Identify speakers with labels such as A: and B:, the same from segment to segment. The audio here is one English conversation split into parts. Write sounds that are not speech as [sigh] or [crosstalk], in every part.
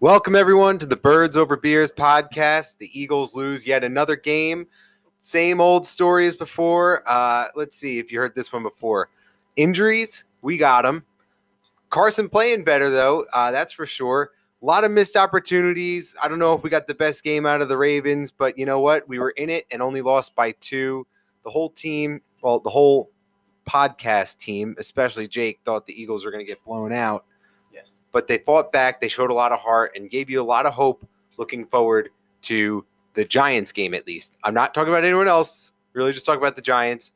A: Welcome, everyone, to the Birds Over Beers podcast. The Eagles lose yet another game. Same old story as before. Uh, let's see if you heard this one before. Injuries, we got them. Carson playing better, though, uh, that's for sure. A lot of missed opportunities. I don't know if we got the best game out of the Ravens, but you know what? We were in it and only lost by two. The whole team, well, the whole podcast team, especially Jake, thought the Eagles were going to get blown out
B: Yes.
A: but they fought back. They showed a lot of heart and gave you a lot of hope looking forward to the Giants game, at least. I'm not talking about anyone else, really, just talking about the Giants.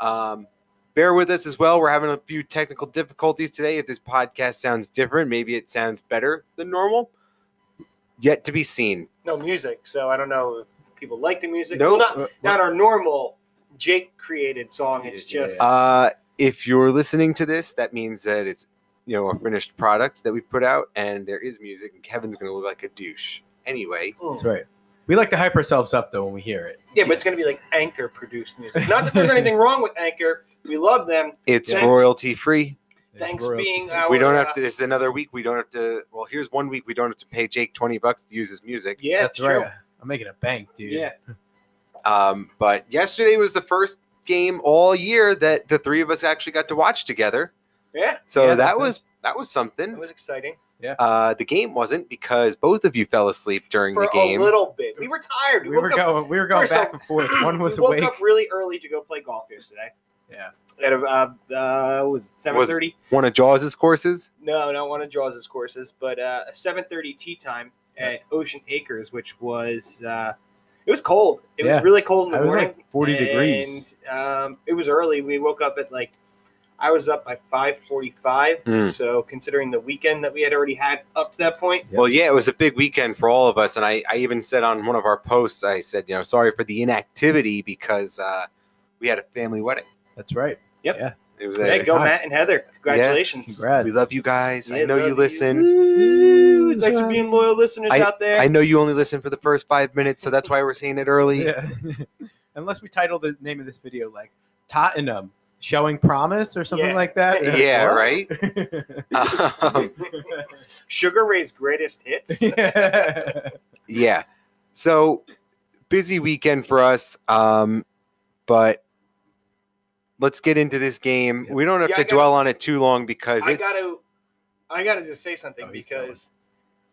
A: Um, bear with us as well. We're having a few technical difficulties today. If this podcast sounds different, maybe it sounds better than normal. Yet to be seen.
B: No music, so I don't know if people like the music.
A: Nope.
B: Well, not not our normal Jake created song. It's
C: Yeah.
B: just
A: Uh, if you're listening to this, that means that it's you know a finished product that we put out, and there is music, and Kevin's gonna look like a douche. Anyway,
B: Mm.
C: That's right. We like to hype ourselves up though when we hear it.
B: yeah, but it's gonna be like Anchor produced music. Not that there's anything wrong with Anchor. We love them.
A: it's
B: Thanks.
A: royalty free.
C: It's
B: Thanks for
C: royalty.
B: being our.
A: we don't have
B: uh,
A: to. This is another week. We don't have to. Well, here's one week we don't have to pay Jake twenty bucks to use his music.
B: Yeah,
C: That's
B: it's true.
C: right. I'm making a bank, dude.
B: Yeah.
A: Um, but yesterday was the first game all year that the three of us actually got to watch together.
B: Yeah.
A: So
C: Yeah,
A: that
C: that's
A: was that was
B: It
A: something.
B: was exciting
A: Uh, the game wasn't because both of you fell asleep during
B: for
A: the game.
B: a little bit. We were tired.
C: We were
B: woke up-
C: going. We were going
B: first
C: back
B: off,
C: and forth. One
B: [clears throat]
C: was
B: we woke
C: awake.
B: up really early to go play golf yesterday.
C: Yeah.
B: At uh, uh what was it seven thirty?
A: One of Jaws's courses.
B: No, not one of Jaws' courses, but uh, a 7:30 tea time at Ocean Acres, which was uh, it was cold. It
C: Yeah.
B: was really cold in the
C: I was
B: morning.
C: like 40 degrees.
B: And, um, it was early. We woke up at like I was up by 5:45.
A: Mm.
B: So considering the weekend that we had already had up to that point,
C: Yep.
A: Well, yeah, it was a big weekend for all of us, and I, I even said on one of our posts, I said, you know, sorry for the inactivity because uh, we had a family wedding.
C: That's right.
A: It was
B: hey,
A: a,
B: go
C: Hi.
B: Matt and Heather! Congratulations.
C: Congrats.
A: we love you guys.
B: Yeah,
A: I know
B: love
A: you listen.
B: Woo! Thanks for being loyal listeners out there.
A: I know you only listen for the first five minutes, so that's why we're saying it early.
C: Yeah. [laughs] Unless we title the name of this video like Tottenham showing promise or something
B: Yeah. Uh,
C: like that.
A: Yeah,
C: [laughs] What?
A: right.
B: [laughs]
A: Um,
B: Sugar Ray's greatest
A: [laughs]
B: hits.
C: yeah.
B: [laughs]
A: yeah. So busy weekend for us, um, but let's get into this game.
C: Yeah.
A: We don't have
B: Yeah,
A: to
B: I gotta-
A: dwell on it too long because
B: I
A: it's
B: gotta, I gotta just say something
C: Oh, he's
B: because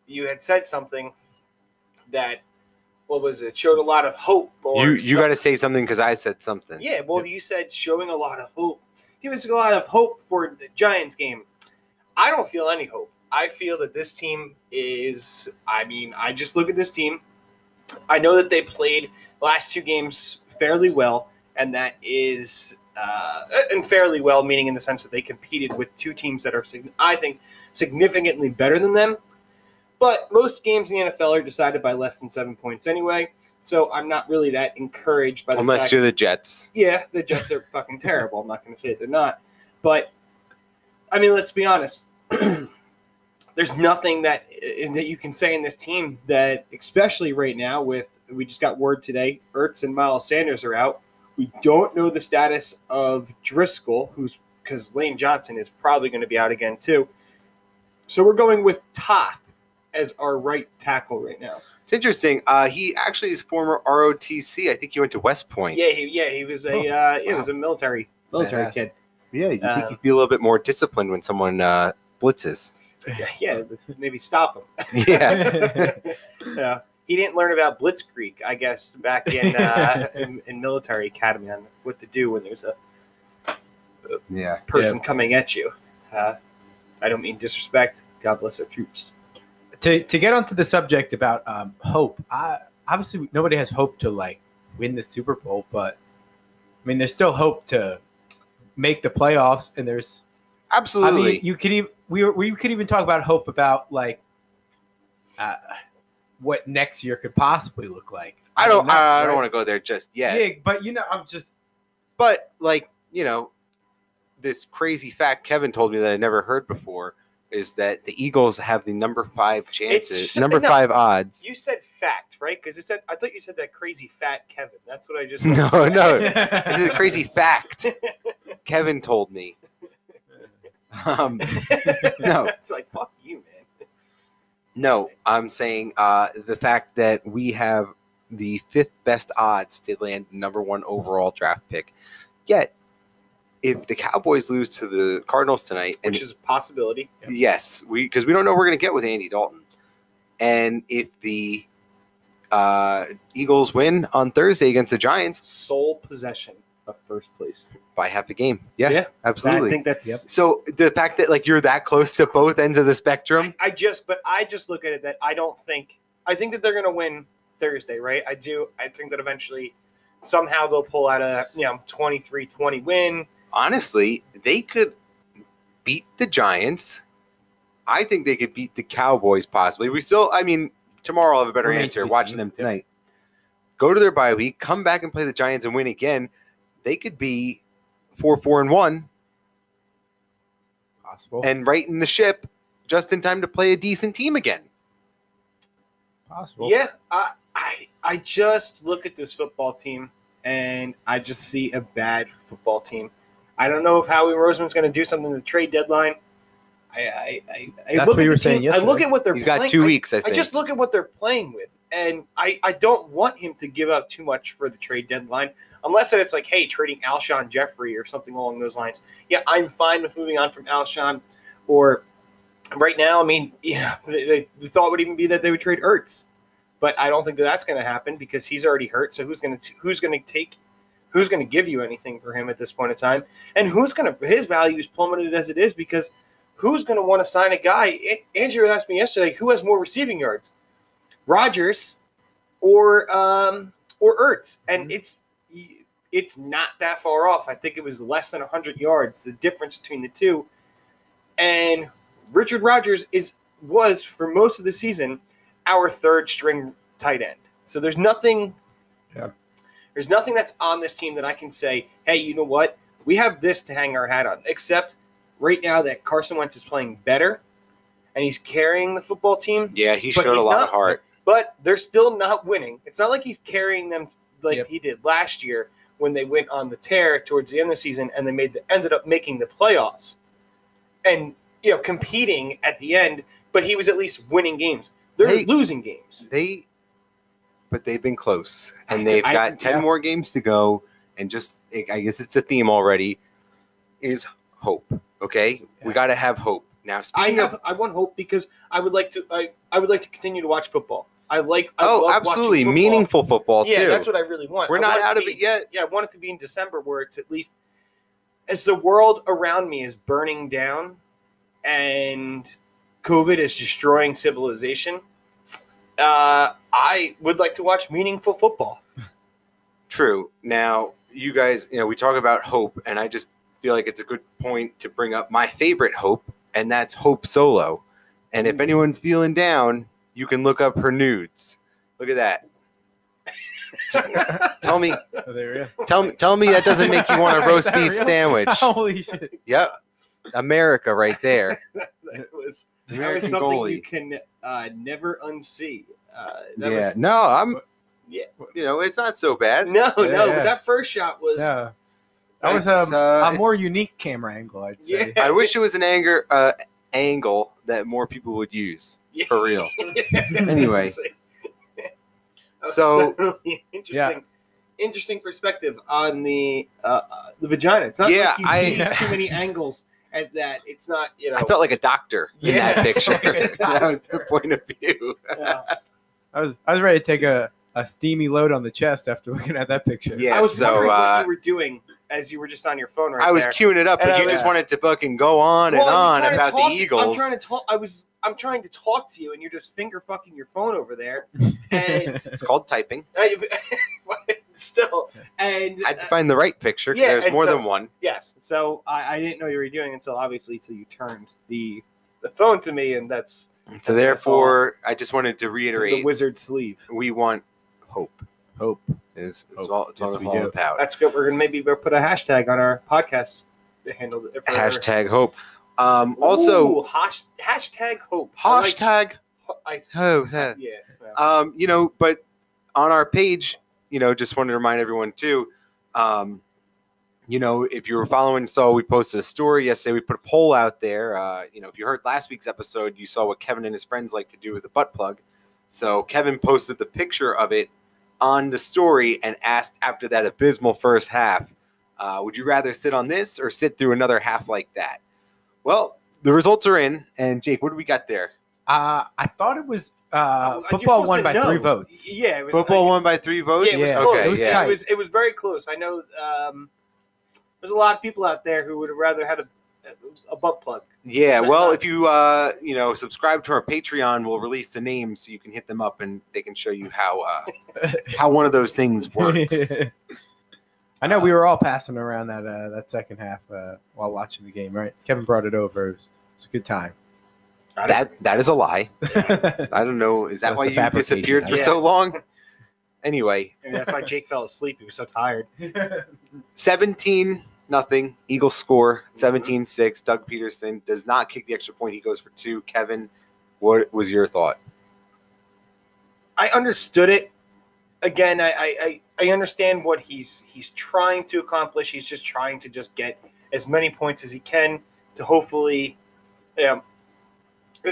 B: you had said something that what was it showed a lot of hope. Or
A: you. You
B: some-
A: got to say something because I said something.
B: yeah. Well, you said showing a lot of hope. Give us a lot of hope for the Giants game. I don't feel any hope. I feel that this team is. I mean, I just look at this team. I know that they played the last two games fairly well, and that is uh, and fairly well, meaning in the sense that they competed with two teams that are, sig- I think, significantly better than them. But most games in the NFL are decided by less than seven points anyway, so I'm not really that encouraged by the
A: Unless
B: fact
A: you're the Jets.
B: yeah, the Jets are fucking terrible. I'm not going to say they're not, but I mean, let's be honest. [clears throat] There's nothing that eh, that you can say in this team that, especially right now, with we just got word today, Ertz and Miles Sanders are out. We don't know the status of Driscoll, who's because Lane Johnson is probably going to be out again too. So we're going with Toth as our right tackle right now.
A: It's interesting. Uh, he actually is former ROTC. I think he went to West Point.
B: Yeah, he, yeah, he was a
C: Oh,
B: uh, he
C: wow.
B: was a military military
C: Badass.
B: kid.
A: yeah you
B: Uh,
A: think you'd be a little bit more disciplined when someone uh, blitzes. [laughs]
B: Yeah, [laughs] yeah, maybe stop him.
A: Yeah.
C: [laughs]
B: Yeah. He didn't learn about Blitzkrieg, I guess, back
A: [laughs]
B: in, uh, in, in military academy on what to do when there's a
A: yeah.
B: person coming at you. Uh, I don't mean disrespect. God bless our troops.
C: to to get onto the subject about um, hope, I, obviously nobody has hope to like win the Super Bowl, but I mean, there's still hope to make the playoffs, and there's
A: Absolutely.
C: I mean, you could even we were- we could even talk about hope about like uh, what next year could possibly look like.
A: I don't. I, I don't
C: right?
A: want to go there just yet.
C: Yeah, but you know, I'm just
A: But like you know, this crazy fact Kevin told me that I never heard before is that the Eagles have the number five chances,
B: It's-
A: number
B: no.
A: five odds.
B: You said fact, right? Because it said I thought you said that crazy fat Kevin. That's what I
A: [laughs]
B: just
A: No,
B: said.
C: [laughs]
A: no. This is a
C: yeah,
A: crazy fact [laughs] Kevin told me. [laughs] Um, No. [laughs]
B: [laughs] it's like fuck you, man.
A: No, I'm saying uh, the fact that we have the fifth best odds to land number one overall draft pick. Yet, if the Cowboys lose to the Cardinals tonight, and
B: which is a possibility.
C: Yeah.
A: yes, we because we don't know what we're going to get with Andy Dalton, and if the uh, Eagles win on Thursday against the Giants
B: Sole possession of first place.
A: by half a game, yeah,
B: Yeah, I
A: absolutely.
B: think that's.
C: Yep.
A: so the fact that like you're that close to both ends of the spectrum,
B: I just, but I just look at it that I don't think. I think that they're going to win Thursday, right? I do. I think that eventually, somehow they'll pull out a you know 23-20 win.
A: honestly, they could beat the Giants. I think they could beat the Cowboys possibly. We still, I mean, tomorrow I'll have a better
C: Remains to
A: answer
C: be
A: watching
C: seen.
A: them
C: Yep.
A: tonight. Go to their bye week, come back and play the Giants and win again. They could be 4 4 and 1
C: Possible.
A: and right in the ship just in time to play a decent team again.
C: Possible.
B: yeah, I, I I just look at this football team and I just see a bad football team. I don't know if Howie Roseman's going to do something in the trade deadline. I I, I, I
C: That's
B: look
C: what
B: at
C: you
B: the
C: were saying
B: team- I look
C: yesterday.
B: at what they're
A: He's
B: playing.
A: got two
B: I-
A: weeks, I
B: I
A: think.
B: just look at what they're playing with, and I, I don't want him to give up too much for the trade deadline, unless that it's like, hey, trading Alshon Jeffrey or something along those lines. Yeah, I'm fine with moving on from Alshon. Or right now, I mean, [laughs] you know, the, the, the thought would even be that they would trade Ertz, but I don't think that that's going to happen because he's already hurt. So who's going to who's going to take who's going to give you anything for him at this point in time, and who's going to his value is plummeted as it is because. Who's going to want to sign a guy? A- Andrew asked me yesterday, who has more receiving yards? Rodgers or um, or Ertz, and it's it's not that far off. I think it was less than hundred yards the difference between the two, and Richard Rodgers is was for most of the season our third string tight end. So there's nothing.
C: Yeah.
B: There's nothing that's on this team that I can say, hey, you know what? We have this to hang our hat on. Except right now that Carson Wentz is playing better and he's carrying the football team
A: Yeah, he
B: But
A: showed a
B: he's
A: lot of
B: not-
A: heart.
B: but they're still not winning. It's not like he's carrying them like
C: Yep.
B: he did last year when they went on the tear towards the end of the season and they made the, ended up making the playoffs and you know competing at the end. But he was at least winning games. They're
A: Hey.
B: losing games.
A: They, but they've been close, and
B: I-
A: they've
B: I-
A: got ten
B: yeah.
A: more games to go. And just, I guess it's a theme already, is hope. Okay, we
C: Yeah.
A: got to have hope now.
B: I
A: Speaking of,
B: have I want hope because I would like to I, I would like to continue to watch football. I like I love
A: oh,
B: watching
A: absolutely
B: football.
A: meaningful football
B: Yeah,
A: too.
B: that's what I really want.
A: We're
B: I
A: not
B: want
A: out
B: to
A: of
B: be-
A: it yet.
B: yeah, I want it to be in December where it's at least as the world around me is burning down and COVID is destroying civilization. Uh, I would like to watch meaningful football. [laughs]
A: True. Now, you guys, you know, we talk about hope, and I just feel like it's a good point to bring up my favorite hope, and that's Hope Solo. And
C: Hmm.
A: if anyone's feeling down, you can look up her nudes. Look at that. tell
C: [laughs]
A: me,
C: Oh, there we go.
A: tell me, tell me that doesn't make you want a roast
C: [laughs] Is that
A: beef
C: real?
A: sandwich.
C: Holy shit.
A: Yep, America right
C: [laughs]
A: there.
B: That was,
A: The
B: that was
A: American
B: something you
A: goalie.
B: can uh, never unsee. Uh, that
A: Yeah.
B: was, [laughs]
A: No, I'm.
B: Yeah.
A: You know, it's not so bad.
C: [laughs]
B: no,
C: Yeah,
B: no,
C: yeah.
B: that first shot was.
C: Yeah. That was
A: It's,
C: um,
A: uh,
C: a
A: it's-
C: more unique camera angle, I'd say.
B: Yeah.
A: I wish it was an anger uh, angle that more people would use
B: Yeah.
A: for real.
B: [laughs]
A: Anyway.
B: It's like- That was
A: So-
B: definitely an interesting, interesting perspective on the uh, uh, the vagina. It's not
A: Yeah,
B: like you
A: I- [laughs]
B: see too many angles at that. It's not you know.
A: I felt like a doctor in
B: Yeah.
A: that
B: [laughs]
A: picture.
B: Like
A: [laughs]
B: a
A: that was the
B: doctor.
A: point of view.
B: uh,
C: I was I was ready to take a, a steamy load on the chest after [laughs] looking at that
A: [laughs]
C: picture. [laughs]
A: Yeah,
B: I was
A: so
B: wondering what
A: uh,
B: you were doing as you were just on your phone right
A: I was
B: there.
A: queuing it up,
B: And
A: but
B: I
A: you
B: was-
A: just wanted to fucking go on
B: Well,
A: and
B: I'm
A: on
B: trying to
A: about the
B: talk to- I'm
A: Eagles.
B: trying to talk. I was. I'm trying to talk to you, and you're just finger fucking your phone over there.
A: [laughs]
B: [laughs] And
A: It's called typing.
B: I, still, and
A: I had to find the right picture because
B: Uh, Yeah,
A: there's
B: and
A: more
B: so-
A: than one.
B: Yes. So I, I didn't know you were doing until obviously until you turned the the phone to me, and that's
A: So therefore, I just wanted to reiterate:
B: the wizard sleeve.
A: we want hope.
C: Hope.
A: Is it's
C: Hope.
A: all it's
C: Yes,
A: all
C: we
A: all
C: do.
A: about.
B: That's good. We're gonna maybe we'll put a hashtag on our podcast handle. for-
A: Hashtag hope. Um, also,
B: Ooh, hash, hashtag hope. I like-
A: hashtag
B: I-
A: hope.
B: yeah. yeah.
A: um, you know, but on our page, you know, just wanted to remind everyone too, um, you know, if you were following, so we posted a story yesterday. We put a poll out there. Uh, you know, if you heard last week's episode, you saw what Kevin and his friends like to do with a butt plug. So Kevin posted the picture of it on the story and asked after that abysmal first half, uh, would you rather sit on this or sit through another half like that? Well, the results are in. And Jake, what do we got there?
C: Uh, I thought it was uh,
B: Oh, you're
C: football
B: supposed
C: won
B: to
C: by
B: know.
C: three votes.
B: Yeah, it was
A: Football
B: like-
A: won by three votes.
B: Yeah, it was
C: Yeah.
B: close.
A: Okay,
B: It was,
A: yeah.
B: it was very close. I know um, there's a lot of people out there who would have rather had a a butt plug.
A: Yeah,
B: Set
A: well,
B: up.
A: if you uh, you know subscribe to our Patreon, we'll release the name so you can hit them up and they can show you how
C: [laughs]
A: uh, how one of those things works.
C: I
B: Uh,
C: know we were all passing around that uh, that second half uh, while watching the game, right? Kevin brought it over. It was, it was a good time.
A: that that is a lie. I don't know. Is that
C: That's
A: why
C: a
A: you
C: fabrication,
A: disappeared
C: I
A: for
B: guess.
A: so long? Anyway,
B: Maybe that's why Jake fell asleep. He was so tired.
A: seventeen nothing. Eagles score
C: Mm-hmm.
A: 17-6. Doug Peterson does not kick the extra point. He goes for two. Kevin, what was your thought?
B: I understood it. Again, I, I, I, I understand what he's he's trying to accomplish. He's just trying to just get as many points as he can to hopefully um,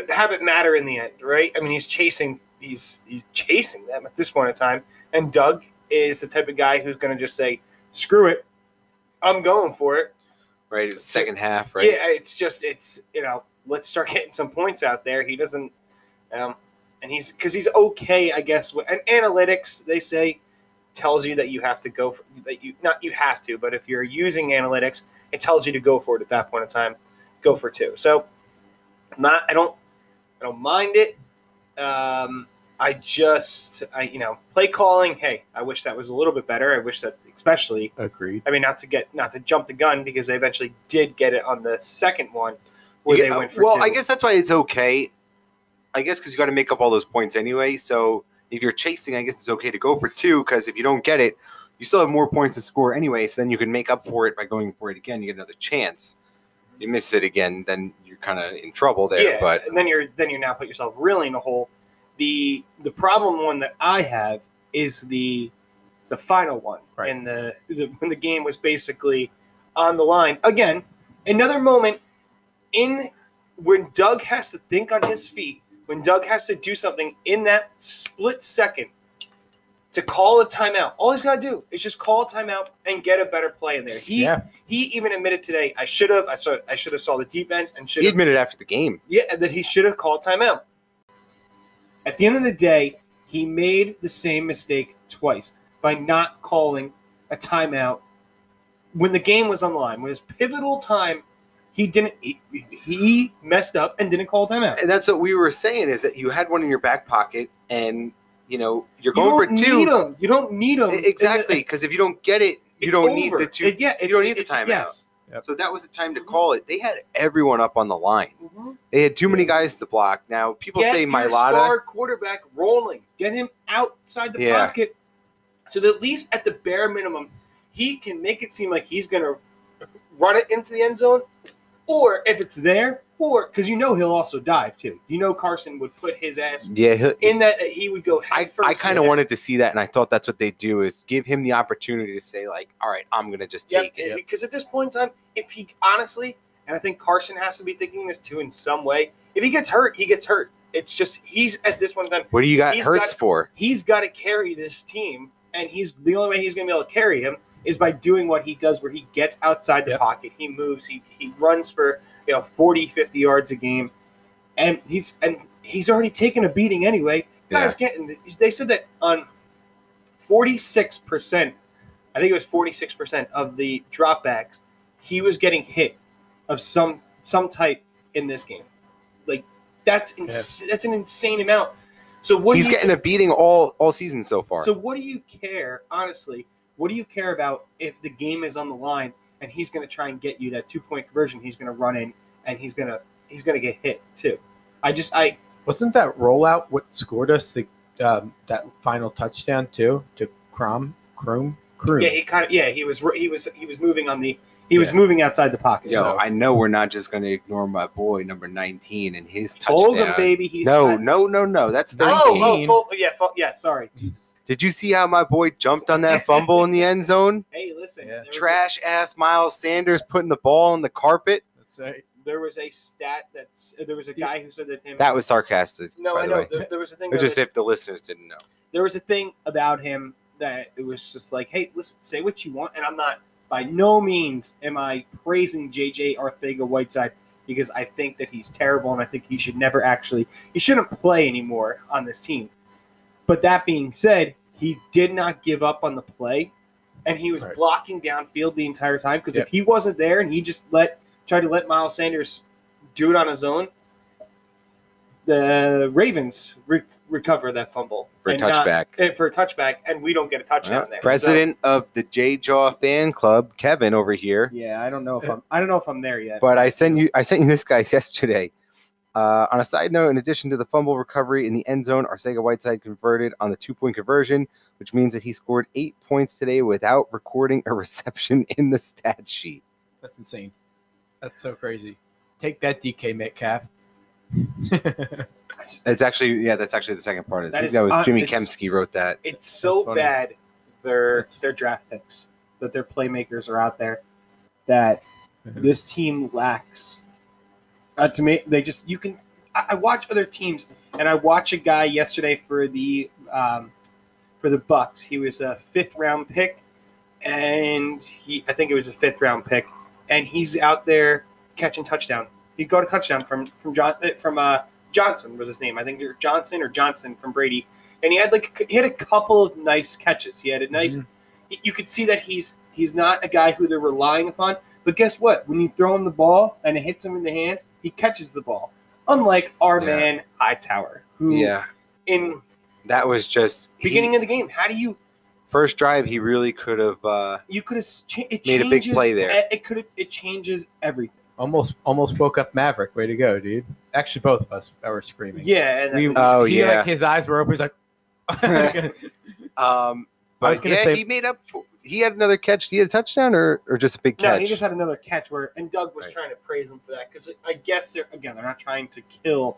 B: have it matter in the end, right? I mean, he's chasing he's he's chasing them at this point in time. And Doug is the type of guy who's going to just say, "Screw it, I'm going for it."
A: Right, it's second half, right?
B: Yeah, it's just it's you know let's start getting some points out there. He doesn't, um, and he's because he's okay, I guess. With, and analytics, they say, tells you that you have to go for that you not you have to, but if you're using analytics, it tells you to go for it at that point in time. Go for two. So, not I don't I don't mind it. Um, I just I you know play calling. Hey, I wish that was a little bit better. I wish that especially
C: [laughs] Agreed.
B: I mean, not to get not to jump the gun because they eventually did get it on the second one where
A: You
B: they
A: get-
B: went for
A: uh, well,
B: two.
A: I guess that's why it's okay. I guess because you got to make up all those points anyway. So if you're chasing, I guess it's okay to go for two because if you don't get it, you still have more points to score anyway. So then you can make up for it by going for it again. You get another chance. You miss it again, then you're kind of in trouble there.
B: yeah,
A: But
B: and then you're then you now put yourself really in a hole. The the problem one that I have is the the final one,
C: Right.
B: and the, the when the game was basically on the line again. Another moment in when Doug has to think on his feet, when Doug has to do something in that split second to call a timeout. All he's got to do is just call a timeout and get a better play in there. He
C: yeah,
B: he even admitted today, I should have I saw I should have saw the defense and should
A: he
B: have
A: admitted after the game.
B: yeah, and that he should have called timeout. At the end of the day, he made the same mistake twice by not calling a timeout when the game was on the line. When it was pivotal time, he didn't. He, he messed up and didn't call a timeout.
A: And that's what we were saying is that you had one in your back pocket and, you know, you're
B: You
A: going
B: don't
A: for
B: need
A: two.
B: him. You don't need him.
A: E- Exactly. Because if you don't get it, you
B: It's
A: don't need
B: over.
A: the two.
B: It- yeah, it's-
A: don't need
B: it-
A: the timeout.
B: yes.
A: So that was the time to call it. They had everyone up on the line.
B: Mhm.
A: They had too many guys to block. Now people
B: Get
A: say
B: your
A: Milata.
B: star quarterback rolling. Get him outside the
A: Yeah.
B: pocket, so that at least at the bare minimum, he can make it seem like he's going to run it into the end zone, or if it's there, or because you know he'll also dive too. You know Carson would put his ass
A: Yeah, he'll-
B: in that he would go
A: I,
B: head first.
A: I kind of wanted to see that, and I thought that's what they do is give him the opportunity to say like, "All right, I'm gonna just
B: Yep,
A: take it."
B: because at this point in time, if he honestly, and I think Carson has to be thinking this too in some way. If he gets hurt, he gets hurt. It's just he's at this point in time.
A: What do you got
B: He's
A: Hurts
B: got-
A: for?
B: he's got to carry this team, and he's the only way he's going to be able to carry him is by doing what he does, where he gets outside the
C: Yep.
B: pocket, he moves, he he runs for you know 40, 50 yards a game, and he's and he's already taken a beating anyway. Guys, getting they said that on forty six percent, I think it was forty six percent of the dropbacks, he was getting hit of some some type in this game. Like that's ins- that's an insane amount. So what do
A: He's
B: you-
A: getting a beating all all season so far.
B: so what do you care, honestly? What do you care about if the game is on the line and he's going to try and get you that two point conversion? He's going to run in and he's going to he's going to get hit too. I just I
C: wasn't that rollout what scored us the um, that final touchdown too to Crom Croom Croom?
B: yeah he kind of yeah he was he was he was moving on the he was moving outside the pocket.
A: Yo,
B: so
A: I know we're not just gonna ignore my boy number 19 and his touchdown.
B: hold him, baby. He's
A: No,
B: got-
A: no, no, no. That's 13.
B: Oh, oh, full, yeah, full, yeah. Sorry. Jesus.
A: Did you see how my boy jumped on that fumble in the end zone?
B: [laughs] Hey, listen. listen,
C: Yeah.
B: there, was a,
A: Trash ass Miles Sanders putting the ball on the carpet.
C: That's uh, right.
B: there was a stat that's there was a guy who said that him.
A: That was sarcastic.
B: [laughs] no,
A: by
B: I
A: the
B: know.
A: way.
B: There, there was a thing.
A: It was
B: that
A: just
B: was-
A: if the listeners didn't know.
B: there was a thing about him that it was just like, hey, listen, say what you want, and I'm not by no means am I praising JJ Arthega Whiteside because I think that he's terrible and I think he should never actually he shouldn't play anymore on this team. But that being said, he did not give up on the play and he was
C: Right.
B: blocking downfield the entire time because
C: Yep.
B: if he wasn't there and he just let tried to let Miles Sanders do it on his own, the Ravens re- recover that fumble
A: For a
B: and not-
A: touchback.
B: eh, for a touchback, and we don't get a touchdown
A: Yeah.
B: there.
A: President of the J Jaw fan club, Kevin over here.
B: So- yeah, I don't know if I'm. I don't know if I'm there yet.
A: But I sent you I sent you this guy [laughs] yesterday. Uh, on a side note, in addition to the fumble recovery in the end zone, Arcega Whiteside converted on the two point conversion, which means that he scored eight points today without recording a [laughs] reception in the stat sheet.
C: That's insane. That's so crazy. Take that, DK Metcalf. [laughs]
A: It's actually yeah, that's actually the second part. Is
B: That
A: that,
B: is
A: was
B: un-
A: Jimmy
B: it's-
A: Kemsky wrote that.
B: it's so
C: That's funny.
B: bad. Their
C: That's-
B: their draft picks that their playmakers are out there that this team lacks. Uh, to me, they just you can. I, I watch other teams, and I watch a guy yesterday for the um, for the Bucks. He was a fifth round pick, and he I think it was a fifth round pick, and he's out there catching touchdown. He got a touchdown from from John uh, from uh, Johnson was his name. I think or Johnson or Johnson from Brady, and he had like he had a couple of nice catches. He had a nice.
A: Mm-hmm.
B: You could see that he's he's not a guy who they're relying upon. But guess what? When you throw him the ball and it hits him in the hands, he catches the ball. Unlike our
A: Yeah.
B: man Hightower, who
A: Yeah.
B: in
A: That was just he-
B: beginning of the game, how do you
A: first drive he really could have uh
B: you could have cha- it
A: Made a
B: changes, e,
A: big play there.
B: It, could it changes everything.
C: Almost, almost woke up Maverick. Way to go, dude. Actually, both of us were screaming.
B: Yeah, and
C: We,
B: then-
A: Uh, Oh,
C: he,
A: yeah.
C: Like, his eyes were open. He's like,
A: um but
C: I was gonna
A: yeah,
C: say-
A: he made up for, he had another catch. He had a touchdown or or just a big
B: no,
A: catch.
B: he just had another catch where and Doug was
A: Right.
B: trying to praise him for that because I guess they're again they're not trying to kill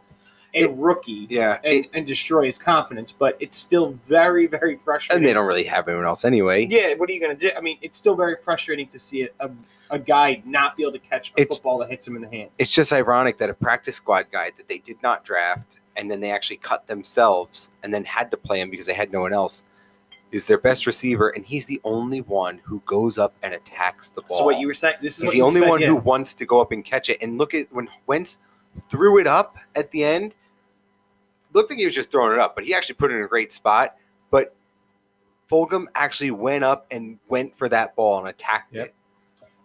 B: a rookie
A: yeah.
B: and, and destroy his confidence, but it's still very very frustrating.
A: and they don't really have anyone else anyway.
B: Yeah, what are you gonna do? I mean, it's still very frustrating to see a, a, a guy not be able to catch a
A: It's-
B: football that hits him in the hands.
A: It's just ironic that a practice squad guy that they did not draft and then they actually cut themselves and then had to play him because they had no one else is their best receiver and he's the only one who goes up and attacks the ball.
B: so what you were saying. This is
A: he's
B: what
A: the
B: you
A: only
B: said,
A: one
B: yeah.
A: who wants to go up and catch it. And look at when Wentz threw it up at the end. Looked like he was just throwing it up, but he actually put it in a great spot. But Fulgham actually went up and went for that ball and attacked
C: Yep.
A: it.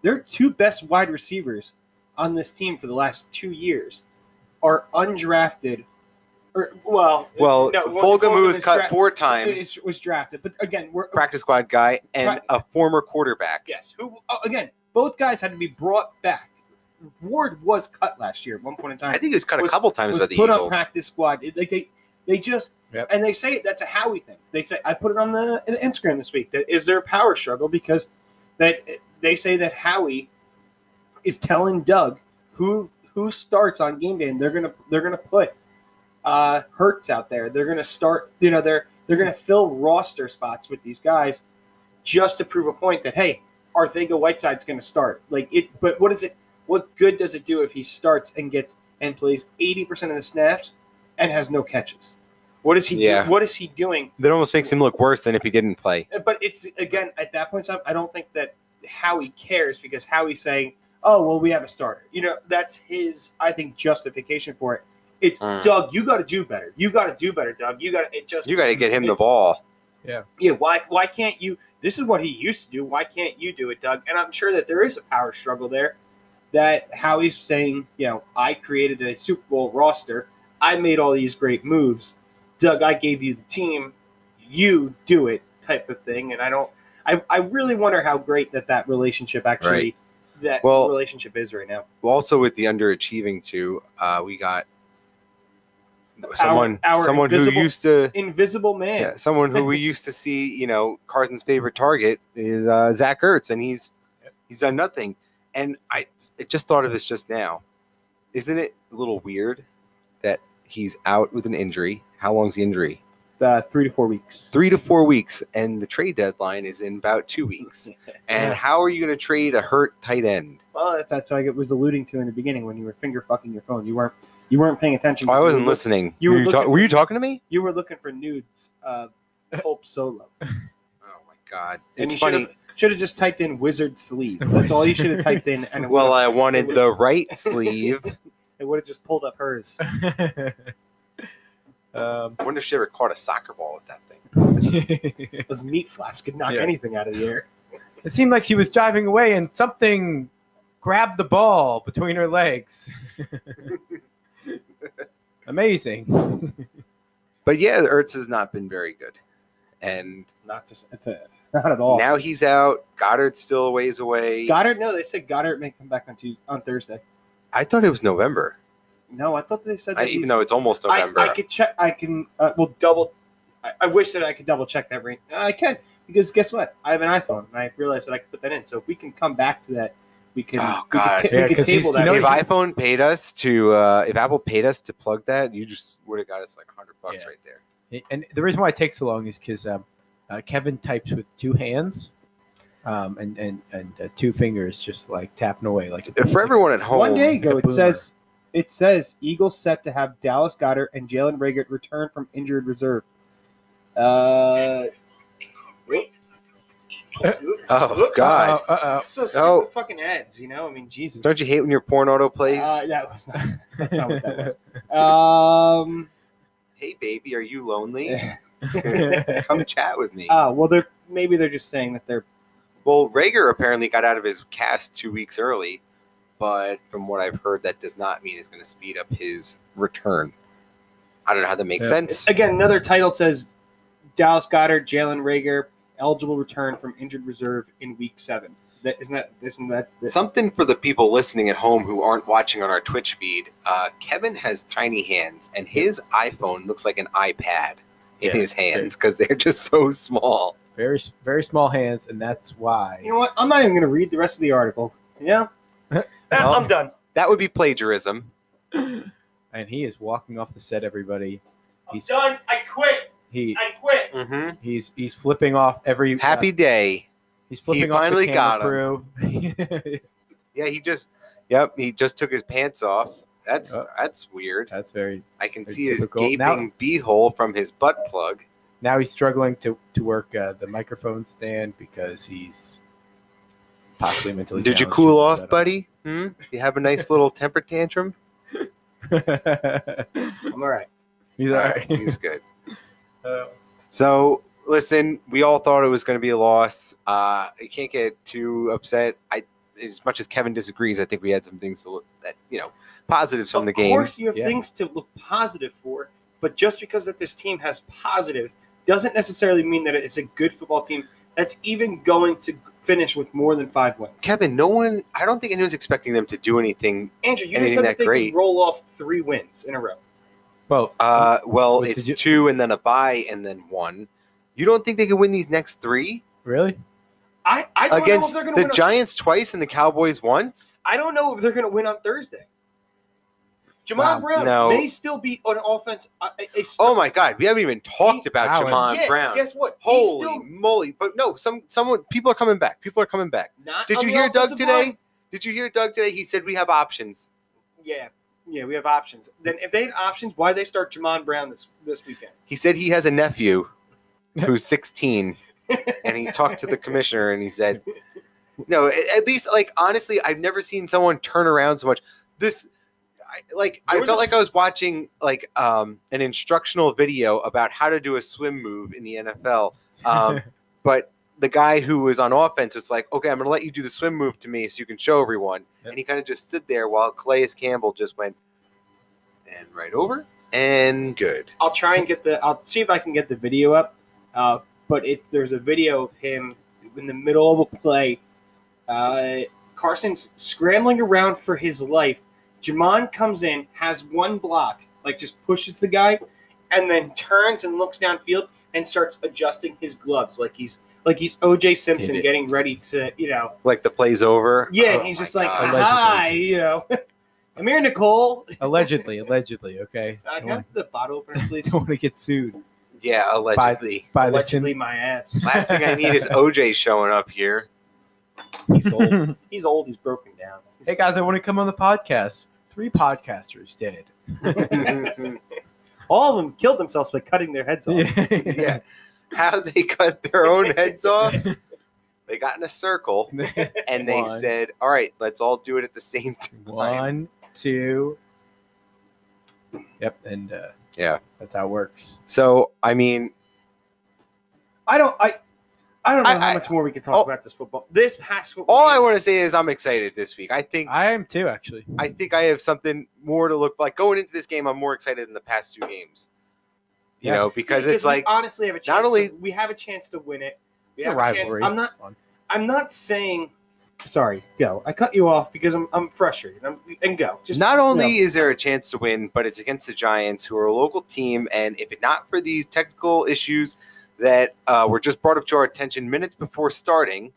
B: Their two best wide receivers on this team for the last two years are undrafted. Or well,
A: Well,
B: no,
A: Fulgham, who was
B: is
A: cut
B: dra-
A: four times,
B: is- was drafted, but again, we're
A: practice squad guy, and
B: Right.
A: a former quarterback.
B: yes. Who oh, again? Both guys had to be brought back. Ward was cut last year at one point in time.
A: I think he was cut
B: Was-
A: a couple times by
B: was
A: the
B: put on
A: Eagles.
B: practice squad. It- Like they, they just
C: Yep.
B: and they say that's a Howie thing. They say I put it on the, the Instagram this week. That is there a power struggle because that they say that Howie is telling Doug who who starts on game day and they're gonna they're gonna put uh Hertz out there. They're gonna start. You know they're they're gonna fill roster spots with these guys just to prove a point that hey, Arthego Whiteside's gonna start. Like it, but what is it? What good does it do if he starts and gets and plays eighty percent of the snaps and has no catches? What is he? do-
A: Yeah.
B: what is he doing?
A: That almost makes him look worse than if he didn't play.
B: But it's again at that point in time, I don't think that Howie cares because Howie's saying, "Oh well, we have a starter." You know, that's his. I think justification for it. It's
A: Mm.
B: Doug. You got to do better. You got to do better, Doug. You got to. It just
A: You got to get him the
B: It's-
A: ball.
B: yeah, why why can't you? This is what he used to do. Why can't you do it, Doug? And I'm sure that there is a power struggle there. That Howie's saying, you know, I created a Super Bowl roster. I made all these great moves. Doug, I gave you the team. You do it, type of thing. And I don't. I, I really wonder how great that that relationship actually
A: Right.
B: that
A: Well-
B: relationship is right now.
A: Well, also with the underachieving too, uh, we got someone
B: our
A: someone who
B: invisible-
A: used to
B: Invisible man.
A: Yeah, someone who we used to see, you know, Carson's favorite target is uh, Zach Ertz, and he's he's done nothing. And I, I just thought of this just now. Isn't it a little weird that he's out with an injury? How long's the injury?
B: uh, three to four weeks.
A: three to four weeks, and the trade deadline is in about two
B: [laughs]
A: weeks. And
C: Yeah.
A: how are you going to trade a hurt tight end?
B: Well, that- that's what I was alluding to in the beginning when you were finger fucking your phone. You weren't you weren't paying attention.
A: Oh, I
B: You
A: wasn't
B: were-
A: listening.
B: you were
A: ta-
B: looking-
A: were you talking to me?
B: You were looking for nudes of Pulp Solo.
A: Oh my god,
B: And
A: it's
B: you
A: funny.
B: Should have just typed in wizard sleeve. That's all you should have typed in, and it
A: Well,
B: would've-
A: I wanted
B: was-
A: the right [laughs] sleeve.
B: it would have just pulled up hers.
C: [laughs]
A: [laughs]
C: um, [laughs]
A: I wonder if she ever caught a soccer ball with that thing.
C: it
B: Those meat flaps could knock
C: Yeah.
B: anything out of the air.
C: seemed like she was driving away and something grabbed the ball between
A: [laughs]
C: her legs. Amazing.
A: [laughs] But yeah, Ertz has not been very good, and
B: Not to, s- to not at all.
A: now he's out. Goddard's still a ways away.
B: Goddard, no, they said Goddard may come back on Tuesday, on Thursday.
A: I thought it was November,
B: No, I thought they said that
A: I, even
B: he's-
A: though it's almost
B: I,
A: November.
B: I could check. I can. Uh, well, double. I, I wish that I could double check that rate. I can because guess what? I have an iPhone, and I realized that I could put that in. So if we can come back to that, we can.
A: Oh,
B: we
A: God.
B: can,
C: Yeah,
B: we can
C: 'cause he's-
B: table
C: you
B: that.
C: know
A: if
C: he-
A: iPhone paid us to, uh, if Apple paid us to plug that, you just would have got us like hundred bucks
C: Yeah.
A: right there.
C: and the reason why it takes so long is because um, uh, Kevin types with two hands um, and and and uh, two fingers, just like tapping away. Like
A: Uh, For
C: [laughs]
A: everyone at home,
B: One day ago,
C: Like a
B: it says it says Eagles set to have Dallas Goddard and Jalen Rager return from injured reserve. Uh,
A: Oh God!
C: Uh-oh, uh-oh.
B: so stupid
A: Oh.
B: fucking ads, you know. I mean, Jesus.
A: Don't you hate when your porn auto plays?
B: Uh, that was not. [laughs] That's not what
C: [laughs]
B: that was. Um.
A: hey baby, are you lonely? [laughs] Come chat with me.
B: Ah, well, they're maybe they're just saying that they're
A: well, Rager apparently got out of his cast two weeks early, but from what I've heard, that does not mean it's going to speed up his return. I don't know how that makes
C: Yeah.
A: sense.
B: again another title says Dallas Goddard, Jalen Rager eligible return from injured reserve in week seven. That isn't that isn't that
A: Something for the people listening at home who aren't watching on our Twitch feed. Uh, Kevin has tiny hands, and his iPhone looks like an iPad in
C: Yeah.
A: his hands because they're just so small.
C: very s- very small hands, and that's why.
B: you know what? I'm not even going to read the rest of the article. You
C: [laughs]
B: know, Nah, I'm done.
A: That would be plagiarism.
C: and he is walking off the set. Everybody,
B: I'm
C: He's-
B: done. I quit.
C: he
B: I quit.
A: Mm-hmm.
C: he's he's flipping off every uh,
A: Happy day.
C: he's flipping
A: he
C: off
A: finally
C: the
A: got
C: camera
A: [laughs]
C: crew.
A: Yeah, he just. Yep, he just took his pants off. That's
C: Yep.
A: that's weird.
C: that's very.
A: I can
C: Very
A: see his
C: typical.
A: gaping
C: Now-
A: beehole from his butt plug.
C: Now he's struggling to to work uh, the microphone stand because he's possibly mentally.
A: Did you
C: challenged.
A: cool
C: I
A: off,
C: don't
A: buddy? Hmm? You have a nice little temper
C: [laughs]
A: tantrum?
C: know.
B: I'm all right.
C: [laughs] he's all
A: All
C: right.
A: right, he's good.
C: Uh,
A: So listen, we all thought it was going to be a loss. Uh, I can't get too upset. I, as much as Kevin disagrees, I think we had some things to look that you know positives from
B: of
A: the game.
B: course, you have
C: Yeah.
B: things to look positive for, but just because that this team has positives doesn't necessarily mean that it's a good football team that's even going to finish with more than five wins.
A: Kevin, no one. I don't think anyone's expecting them to do anything.
B: Andrew, you just
A: anything
B: said
A: that
B: that they
A: great.
B: could roll off three wins in a row.
C: [laughs] well,
A: Uh, well,
C: Wait,
A: it's
C: did you-
A: two and then a bye and then one. You don't think they can win these next three
C: really?
B: I, I don't know if
A: against
B: they're going
A: the
B: to win.
A: Giants twice and the Cowboys once?
B: on, I don't know if they're going to win on Thursday. Jamon
C: Wow.
B: Brown
A: No.
B: may still be on offense. uh, A, a- a star-
A: Oh my God, we haven't even talked
B: He-
A: about
C: Allen.
A: Jamon
B: Yeah,
A: Brown.
B: Guess what? He's
A: Holy
B: still
A: moly! But no, some someone people are coming back. People are coming back.
B: not
A: Did
B: on
A: you
B: the
A: hear Doug
B: offensive
A: today?
B: line.
A: Did you hear Doug today? He said we have options.
B: Yeah, yeah, we have options. Then if they had options, why did they start Jamon Brown this this weekend? [laughs]
A: He said he has a nephew who's 16, and he talked to the commissioner and he said, "No, a- at least like honestly, I've never seen someone turn around so much. This." I, like I
B: There was
A: felt
B: a-
A: like I was watching like um, an instructional video about how to do a swim move in the NFL,
B: [laughs]
A: um, but the guy who was on offense was like, "Okay, I'm going to let you do the swim move to me so you can show everyone."
C: Yep.
A: And he kind of just stood there while Calais Campbell just went and right over and good.
B: I'll try and get the. I'll see if I can get the video up. Uh, but it there's a video of him in the middle of a play. Uh, Carson's scrambling around for his life. Jamon comes in, has one block, like just pushes the guy, and then turns and looks downfield and starts adjusting his gloves, like he's like he's OJ Simpson
C: Did it.
B: getting ready to, you know,
A: Like the play's over.
B: yeah.
A: Oh
B: and he's
A: my
B: just like,
A: God.
C: Allegedly.
B: hi, you know, [laughs] come here, Nicole.
C: Allegedly, allegedly. Okay.
B: Uh,
C: I [laughs]
B: can I have the bottle opener, please?
C: don't want to get sued.
A: Yeah, allegedly.
C: by the
B: Allegedly,
C: sim-
B: my ass.
A: Last thing I need is OJ showing up
C: [laughs]
A: here.
B: He's old. He's old. He's broken down. He's-
C: hey guys, I want to come on the podcast. Three podcasters did.
B: All of them killed themselves by cutting their heads off.
C: [laughs]
A: yeah. How they cut their own heads off? They got in a
C: [laughs]
A: circle and they
C: One.
A: said, "All right, let's all do it at the same time."
C: One, two. Yep, and uh,
A: Yeah.
C: that's how it works.
A: So, I mean,
B: I don't. I. I don't know
A: I-
B: how
A: I-
B: much more we can talk
A: all-
B: about this football. This past football.
A: all I
B: game-
A: want to say is I'm excited this week. I think
C: I am too, actually.
A: I think I have something more to look like going into this game. I'm more excited than the past two games. You
C: Yeah.
A: know, because it's
B: we
A: like
B: honestly have a chance.
A: only-
B: to, we have a chance to win it. We
C: It's a
B: have chance-
C: rivalry.
B: I'm not.
C: It's fun.
B: I'm not saying. Sorry, go. I cut you off because I'm. I'm frustrated. I'm, and go. Just
A: not only
B: no.
A: is there a chance to win, but it's against the Giants, who are a local team, and if it not for these technical issues that uh, were just brought up to our attention minutes before starting,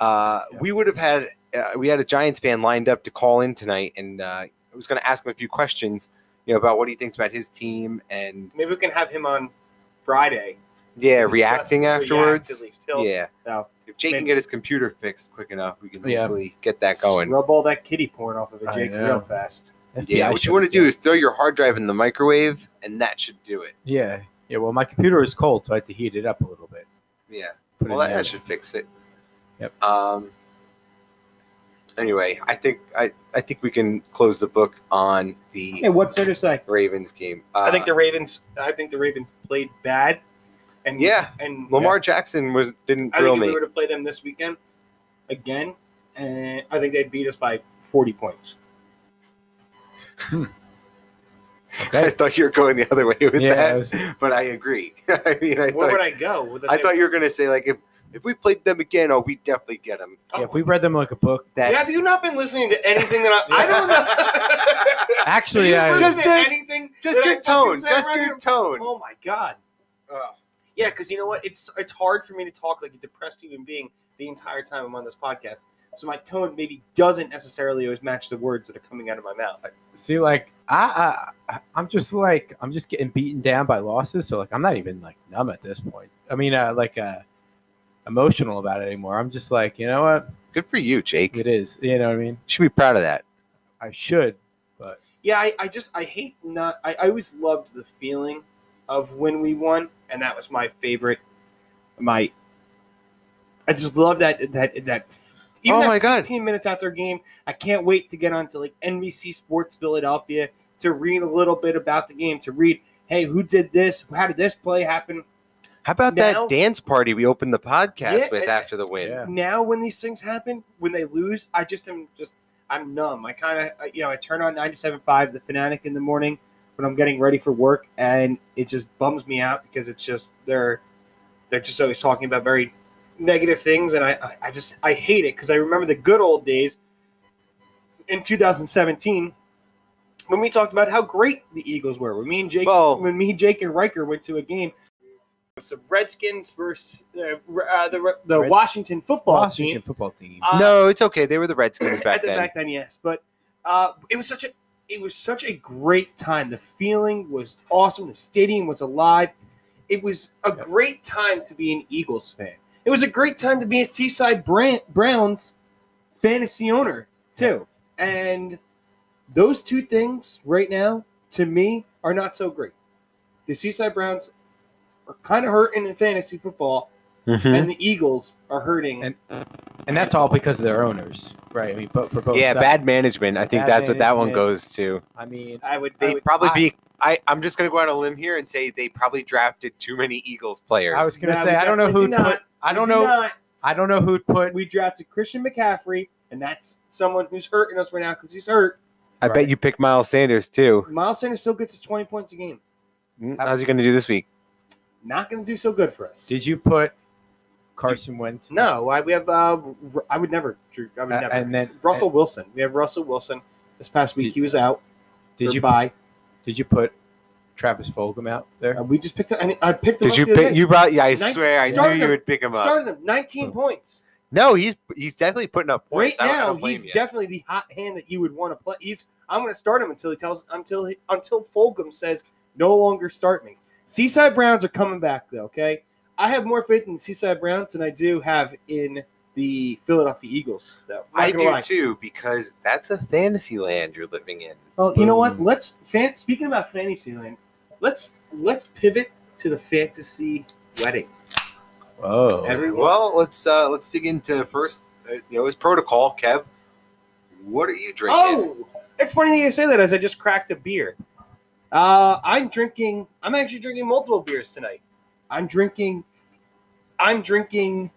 A: uh,
C: Yeah.
A: we would have had uh, we had a Giants fan lined up to call in tonight, and uh, I was going to ask him a few questions, you know, about what he thinks about his team, and
B: Maybe we can have him on Friday.
A: yeah,
B: to discuss-
A: reacting
B: react
A: afterwards.
B: at least. He'll
A: yeah,
B: Yeah.
A: if Jake can
B: Maybe-
A: get his computer fixed quick enough, we can
C: Yeah.
A: really get that going.
B: Rub all that kitty porn off of it,
C: I
B: Jake,
C: know.
B: real fast.
A: Yeah,
C: FBI
A: what
C: shut
A: you want to
C: it down.
A: do is throw your hard drive in the microwave, and that should do it.
C: Yeah, yeah. Well, my computer is cold, so I had to heat it up a little bit.
A: Yeah.
C: Put
A: Well,
C: it
A: that,
C: in
A: that
C: there.
A: should fix it.
C: Yep.
A: Um. Anyway, I think I, I think we can close the book on the
B: And what's there to say?
A: Ravens game. Uh,
B: I think the Ravens. I think the Ravens played bad. And
A: Yeah.
B: and
A: Lamar Jackson was didn't
B: I think
A: thrill
B: if we
A: me.
B: were to play them this weekend again, and I think they'd beat us by 40 points.
A: I [laughs]
C: Okay.
A: thought you were going the other way with
C: Yeah,
A: that,
C: I was-
A: but I agree. [laughs] I mean, I
B: Where would
A: thought,
B: I go? With the
A: I,
B: thing?
A: thought you were going to say like if if we played them again, oh, we definitely get them.
B: Oh.
C: Yeah, if we read them like a book,
A: That
B: Yeah, have you not been listening to anything that I, I
A: [laughs]
B: don't know?
C: actually,
B: Have you
C: I,
A: Just
B: listened to
A: the-
B: anything.
A: [laughs] just
B: that [laughs] I
A: your
B: fucking
A: tone,
B: say
A: just
B: right
A: your
B: here?
A: tone.
B: Oh my god.
A: Ugh.
B: Yeah, because you know what? It's it's hard for me to talk like a depressed human being the entire time I'm on this podcast. So my tone maybe doesn't necessarily always match the words that are coming out of my mouth.
C: see, like I, I, I'm just like I'm just getting beaten down by losses, so like I'm not even like numb at this point. I mean, uh, like uh, emotional about it anymore. I'm just like, you know what?
A: Good for you, Jake. You
C: It is. You know what I mean?
A: should be proud of that.
C: I should.
B: Yeah, I, I just I hate not I, I always loved the feeling of when we won, and that was my favorite my I just love that that that even
A: Oh
B: that
A: my God.
B: 15 minutes after a game. I can't wait to get onto like NBC Sports Philadelphia to read a little bit about the game, to read, hey, who did this? How did this play happen?
A: How about
B: Now-
A: that dance party we opened the podcast
B: Yeah,
A: with
B: and-
A: after the win?
C: Yeah.
B: now when these things happen, when they lose, I just am just I'm numb. I kind of you know I turn on 97.5 the Fanatic in the morning when I'm getting ready for work, and it just bums me out because it's just they're they're just always talking about very negative things, and I I, I just I hate it because I remember the good old days in 2017. When we talked about how great the Eagles were, when me and Jake,
A: Well-
B: when me, Jake, and Riker went to a game, it was the Redskins versus uh, uh, the the
C: Red-
B: Washington football
C: Washington
B: team.
C: football team.
B: Uh,
A: no, it's okay. They were the [coughs] Redskins
B: at
A: back
B: the
A: then.
B: back then, yes, but uh, it was such a it was such a great time. The feeling was awesome. The stadium was alive. It was a
C: Yep.
B: great time to be an Eagles fan. It was a great time to be a Seaside Bran- Browns fantasy owner too. And those two things right now, to me, are not so great. The Seaside Browns are kind of hurting in fantasy football,
C: Mm-hmm.
A: Mm-hmm.
B: and the Eagles are hurting.
C: And- and that's all because of their owners, right? I mean, but for both.
A: yeah,
C: sides.
A: bad management. I think
C: Bad
A: that's what that one
C: management.
A: goes to.
C: I mean,
B: I would, I
A: They
B: would
A: probably
C: I-
A: be. I, I'm just going to go out on a limb here and say they probably drafted too many Eagles players.
C: I was gonna
B: No,
C: say
B: we
C: I don't know
B: definitely
C: who
B: do
C: put.
B: not.
C: I
B: We
C: don't
B: do
C: know.
B: not
C: I don't know who'd put.
B: we drafted Christian McCaffrey, and that's someone who's hurting us right now because he's hurt.
A: I
C: Right.
A: bet you picked Miles Sanders too.
B: Miles Sanders still gets us 20 points a game.
A: Mm,
C: How-
A: How's he going to do this week?
B: Not going to do so good for us.
C: Did you put Carson Wentz?
B: no, I, we have. Uh, R- I would never. Drew- I would
C: Uh,
B: never.
C: and then
B: Russell Wilson. We have Russell Wilson. This past week
C: Did-
B: he was out.
C: Did you
B: buy?
C: did you put Travis Fulgham out there?
B: Uh, we just picked up. And I picked him.
A: Did
B: up
A: you
B: the other
A: pick?
B: day.
A: You brought? Yeah, I
B: Ninth-
A: swear, I knew
B: started
A: you
B: him-
A: would pick him up.
B: started him
C: Oh.
B: 19 points.
A: No, he's he's definitely putting up
B: Right
A: points. I don't, I
B: now,
A: don't blame
B: he's
A: you.
B: definitely the hot hand that you would want to play. He's I'm going to start him until he tells until he, until Fulgham says no longer start me. Seaside Browns are coming back, though, okay? I have more faith in the Seaside Browns than I do have in the Philadelphia Eagles, though. Not
A: I
B: gonna
A: do
B: lie.
A: too because that's a fantasy land you're living in.
B: Well, you know what?
C: Boom.
B: Let's fan, speaking about Fantasyland, let's let's pivot to the fantasy wedding.
C: Oh,
B: Everyone,
A: Well, let's uh let's dig into first. Uh, you know, his protocol, Kev. What are you drinking?
B: oh, it's funny that you say that as I just cracked a beer. Uh, I'm drinking. I'm actually drinking multiple beers tonight. I'm drinking. I'm drinking.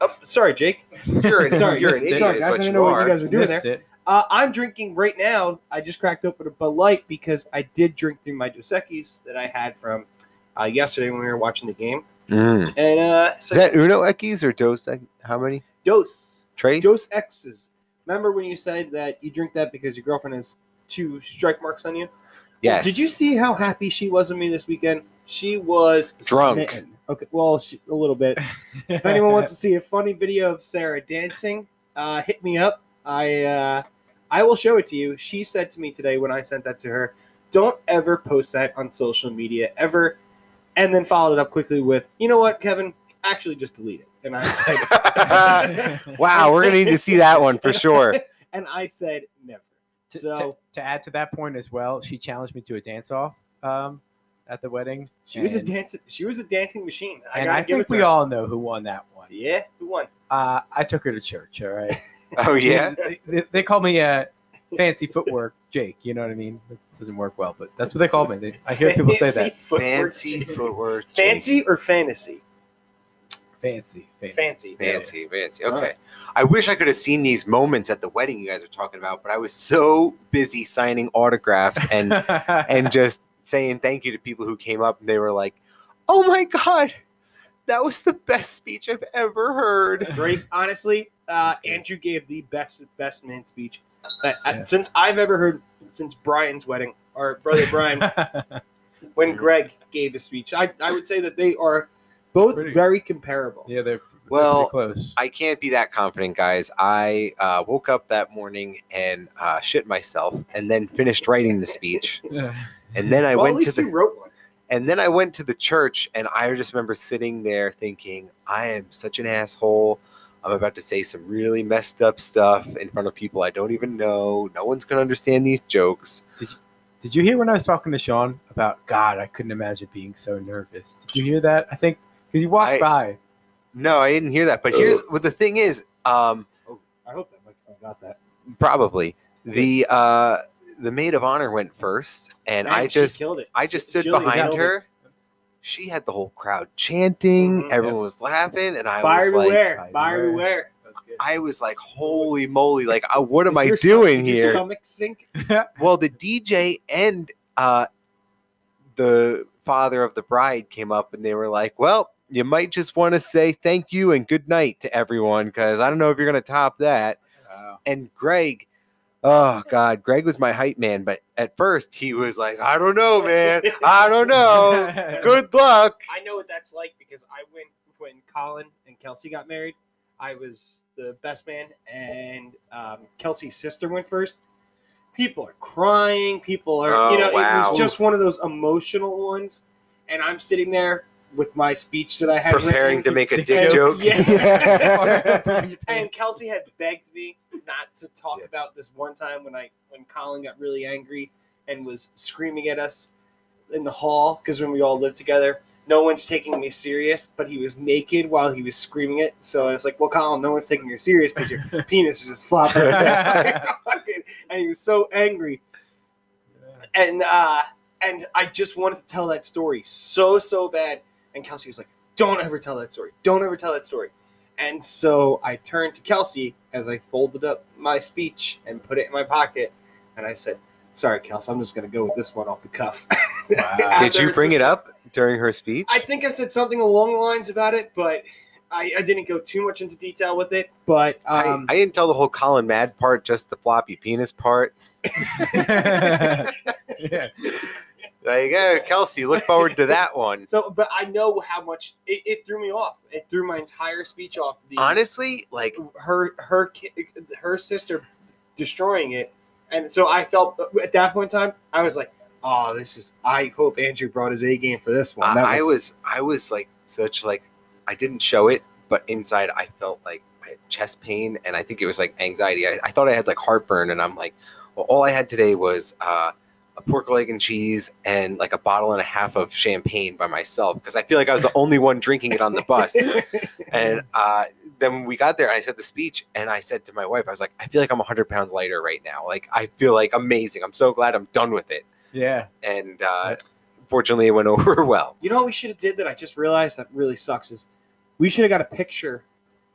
B: Oh, sorry, Jake.
A: [laughs] you're an,
B: Sorry,
A: you're an
B: missed it.
A: idiot.
B: Sorry,
A: is
B: guys, I
A: what
B: didn't
A: you
B: know what you
A: are.
B: guys were doing
C: missed
B: there.
C: it.
B: Uh, I'm drinking right now. I just cracked open a Bud Light because I did drink through my Dos Equis that I had from uh, yesterday when we were watching the game. And uh, so
A: Hmm. Is that Uno Ekis or Dos? Ek- How many?
B: Dos
A: Trace.
B: Dos X's. Remember when you said that you drink that because your girlfriend has two strike marks on you?
A: Yes.
B: Did you see how happy she was with me this weekend? She was
A: Drunk.
B: smitten. Okay, well, she, a little bit. If anyone
C: [laughs]
B: wants to see a funny video of Sarah dancing, uh, hit me up. I uh, I will show it to you. She said to me today when I sent that to her, "Don't ever post that on social media ever," and then followed it up quickly with, "You know what, Kevin? Actually, just delete it." And I [laughs] said,
A: wow, we're gonna need to see that one [laughs] for
B: and I-
A: sure.
B: [laughs] and I said, "Never."
C: To-
B: [laughs] So
C: to, to add to that point as well, she challenged me to a dance off um, at the wedding.
B: she was a
C: and-
B: dance. She was a dancing machine. I
C: and
B: gotta
C: I
B: give it
C: think
B: to
C: we
B: her.
C: all know who won that one.
B: Yeah, who won?
C: Uh, I took her to church.
B: [laughs]
C: All right.
A: [laughs] Oh yeah.
C: They, they, they call me uh, fancy footwork Jake. You know what I mean? It doesn't work well, but that's what they call me. They, I hear people say that.
B: footwork
A: Fancy
B: chick.
A: footwork.
B: Fancy or fantasy?
C: Fancy, fancy.
B: Fancy.
A: Fancy, fancy.
B: All
A: Okay.
B: right.
A: I wish I could have seen these moments at the wedding you guys were talking about, but I was so busy signing autographs and [laughs] and just saying thank you to people who came up and they were like, "Oh my god, that was the best speech I've ever heard."
B: Great. Honestly, uh,
C: Just kidding.
B: Andrew gave the best best man speech that, uh,
C: Yeah.
B: since I've ever heard since Brian's wedding or brother
C: [laughs]
B: Brian when Greg gave his speech. I, I would say that they are both
C: Pretty-
B: very comparable.
C: yeah, they're, they're
A: Well,
C: pretty close.
A: I can't be that confident, guys. I uh, woke up that morning and uh, shit myself, and then finished writing the speech, and then I
B: well,
A: went
B: at
A: to
B: least
A: the
B: you wrote one.
A: And then I went to the church, and I just remember sitting there thinking, I am such an asshole. I'm about to say some really messed up stuff in front of people I don't even know. No one's going to understand these jokes.
C: [sighs] Did you hear when I was talking to Sean about God? I couldn't imagine being so nervous. Did you hear that? I think because you walked
A: I-
C: by.
A: No, I didn't hear that. But here's what the thing is um,
B: I hope that microphone got that.
A: probably the uh, the maid of honor went first, and I
B: Man, she
A: just
B: killed it.
A: I just stood
B: Jillian
A: behind
B: killed
A: her. She had the whole crowd chanting,
B: Mhm.
A: everyone was laughing, and I
B: Buyer
A: was like,
B: beware.
C: Buyer
B: buyer
C: beware.
B: beware.
A: I was like, holy moly, like, uh, what
B: Did
A: am I
B: your stomach-
A: doing
B: did your
A: here?
B: stomach sink?
A: Well, the DJ and uh, the father of the bride came up and they were like, well, you might just want to say thank you and good night to everyone because I don't know if you're going to top that.
C: Wow.
A: And Greg, oh God, Greg was my hype man. But at first he was like, I don't know, man. I don't
B: [laughs]
A: know.
C: [laughs]
A: Good luck.
B: I know what that's like because I went when Colin and Kelsey got married. I was the best man, and um, Kelsey's sister went first. People are crying. People are,
A: Oh,
B: you know, it
A: wow.
B: was just one of those emotional ones. And I'm sitting there with my speech that I had
A: Preparing
B: written.
A: to make a
C: Dick
A: dick joke.
C: jokes.
A: [laughs]
B: Yeah.
C: and
B: [laughs] and Kelsey had begged me not to talk about this one time when I when Colin got really angry and was screaming at us in the hall because when we all lived together, no one's taking me serious, but he was naked while he was screaming it. So I was like, "Well, Colin, no one's taking you serious because your penis is just flopping." [laughs] around." and he was so angry, and uh, and I just wanted to tell that story so so bad. And Kelsey was like, "Don't ever tell that story. Don't ever tell that story." And so I turned to Kelsey as I folded up my speech and put it in my pocket, and I said, "Sorry, Kelsey, I'm just gonna go with this one off the cuff."
C: Wow.
A: [laughs] Did you
B: After
A: bring
B: his
A: it up during her speech?
B: I think I said something along the lines about it, but I, I didn't go too much into detail with it. But
A: I-
B: um,
A: I didn't tell the whole Colin Mad part, just the floppy penis part.
C: [laughs] yeah.
A: Like, oh, Kelsey, look forward to that
B: [laughs]
A: one.
B: so, but I know how much it, it threw me off. It threw my entire speech off. The
A: Honestly, like,
B: her her ki- her sister destroying it, and so I felt at that point in time I was like, oh, this is. I hope Andrew brought his A game for this one. That
A: I, I was I was like such like I didn't show it, but inside I felt like I had chest pain and I think it was like anxiety. I, I thought I had like heartburn and I'm like, well, all I had today was uh, a pork leg and cheese and like a bottle and a half of champagne by myself because I feel like I was the only one drinking it on the
B: [laughs]
A: bus. and uh, then when we got there, I said the speech and I said to my wife, I was like, I feel like I'm 100 pounds lighter right now. Like I feel like amazing. I'm so glad I'm done with it.
C: Yeah.
A: And uh, fortunately, it went [laughs] over well.
B: You know what we should have did that I just realized that really sucks is we should have got a picture,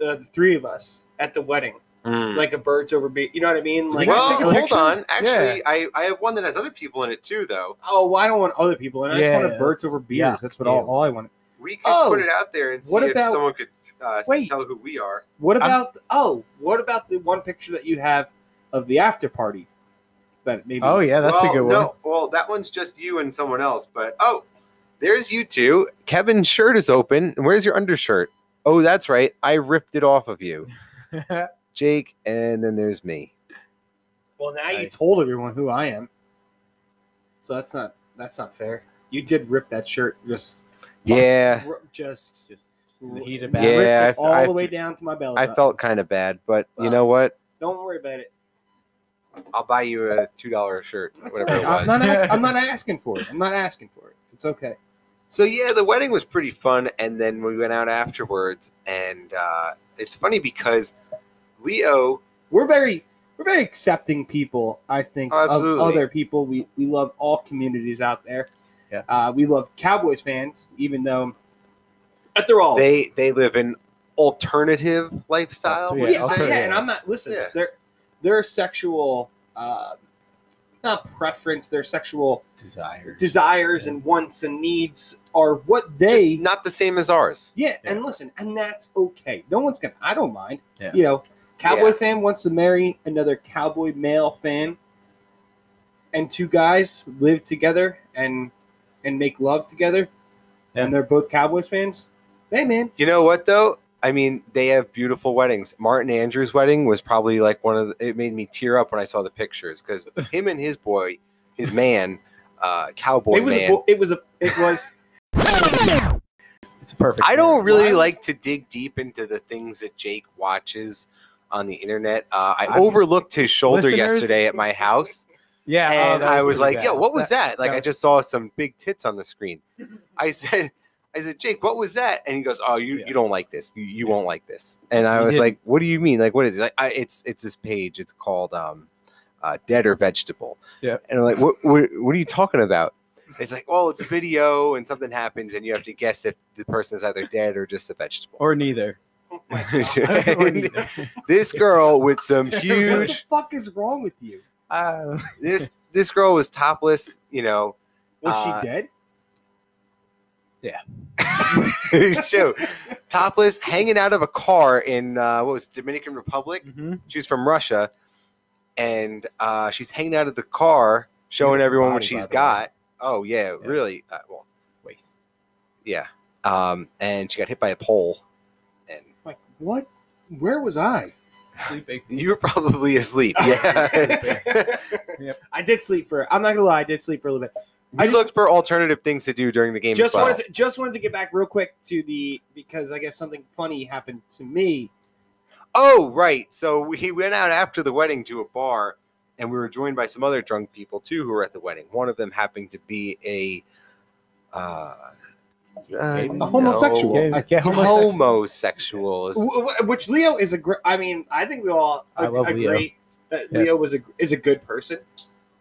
B: uh, the three of us at the wedding, like a birds over beer. You know what I mean? Like,
A: Hmm. well,
C: take a
A: hold
C: picture?
A: on. Actually, I, I have one that has other people in it too, though.
B: oh, well, I don't want other people, and I just
C: Yeah,
B: wanted birds
C: that's-
B: over beers.
C: yeah,
B: that's what all,
C: ew.
B: all I wanted.
A: We could
B: Oh,
A: put it out there and see
B: what
A: if
B: about-
A: someone could uh, s-
B: Wait.
A: tell who we are.
B: What
C: I'm-
B: about oh? What about the one picture that you have of the after party? That maybe.
C: Oh yeah, that's
A: well,
C: a good one.
A: No, well, that one's just you and someone else. But oh, there's you two. Kevin's shirt is open. And where's your undershirt? Oh, that's right. I ripped it off of you, Jake. And then there's me.
B: Well, now you
C: Nice.
B: told everyone who I am, so that's not that's not fair. You did rip that shirt just
A: Yeah,
B: r- just
C: [laughs] just, just in the heat
B: ripped
C: of battle.
A: Yeah.
B: it
A: I-
B: all
A: I-
B: the way down to my belly.
A: I
B: button.
A: felt kind of bad, but you
B: uh, Well.
A: know what?
B: Don't worry about it.
A: I'll buy you a two dollar shirt,
B: That's
A: whatever
B: all
A: it
B: right.
A: was.
B: I'm
A: [laughs]
B: not, ask- I'm not asking for it. I'm not asking for it. It's okay.
A: So yeah, the wedding was pretty fun, and then we went out afterwards, and uh, it's funny because Leo
B: We're very we're very accepting people. I think
A: Absolutely.
B: of other people. We we love all communities out there.
C: Yeah.
B: Uh, we love Cowboys fans, even though. But they're all
A: they they live an alternative lifestyle.
C: Yeah,
A: would you
B: Oh, yeah,
C: I'll
A: say?
B: yeah,
C: turn it
B: and I'm not. Listen,
A: Yeah.
B: their their sexual, uh, not preference, their sexual
C: Desire.
B: desires and wants and needs are what they.
A: Just not the same as ours.
B: yeah, and listen, and that's okay. No one's gonna. I don't mind.
C: Yeah.
B: You know, cowboy
A: Yeah.
B: fan wants to marry another cowboy male fan, and two guys live together and and make love together,
C: Yeah.
B: and they're both Cowboys fans. Hey, man,
A: You know what though? I mean, they have beautiful weddings. Martin Andrews' wedding was probably like one of the, it made me tear up when I saw the pictures because him and his boy, his man, uh, cowboy
B: it was
A: man.
B: a, bo- it was a it was.
C: It's a perfect.
A: I don't
C: word.
A: really
B: Why-
A: like to dig deep into the things that Jake watches on the internet. Uh, I
C: I'm-
A: overlooked his shoulder
C: Listeners-
A: yesterday at my house,
C: Yeah. oh,
A: and
C: that
A: I was
C: really
A: like,
C: bad.
A: "Yo, what was that?" Like,
C: that
A: I
C: was-
A: just saw some big tits on the screen. I said, "I said, Jake, what was that?" And he goes, "Oh, you
C: Yeah.
A: you don't like this. You, you won't like this." And I
C: He
A: was
C: didn't.
A: like, "What do you mean? Like, what is it? Like, I, it's it's this page. It's called um, uh, Dead or Vegetable."
C: Yeah.
A: And I'm like, "What what, what are you talking about?" It's like, well, it's a video, and something happens, and you have to guess if the person is either dead or just a vegetable.
C: Or neither.
B: Oh
A: [laughs]
B: my God. [laughs]
C: Or
A: And
C: neither.
A: this girl with
C: [laughs]
A: some
B: What the
A: huge
B: fuck is wrong with you?
C: Uh,
A: this this girl was topless you know
B: Was
A: Uh,
B: she dead?
A: [laughs] show topless hanging out of a car in uh, what was it, dominican republic
C: mhm.
A: she's from russia and uh, she's hanging out of the car showing everyone what
C: body, by
A: she's
C: the way.
A: got oh yeah,
C: Yeah.
A: really uh, well
C: Waste.
A: yeah um, and she got hit by a pole and
B: Like what? Where was I?
C: Sleeping.
A: you were [laughs] probably asleep yeah [laughs]
B: I did sleep for. I'm not gonna lie, I did sleep for a little bit.
A: we
B: just-
A: looked for alternative things to do during the game
B: Just
A: as well.
B: wanted to, just wanted to get back real quick to the because I guess something funny happened to me.
A: Oh, right. So we went out after the wedding to a bar, and we were joined by some other drunk people too who were at the wedding. One of them happened to be a uh, uh,
C: A
A: no,
B: homosexual.
C: Yeah,
B: I-
C: yeah, homosexual.
A: homosexual is-
B: Wh- wh- Which Leo is a great. I mean, I think we all
C: I love Leo.
B: agree that
C: Yeah.
B: Leo was a is a good person.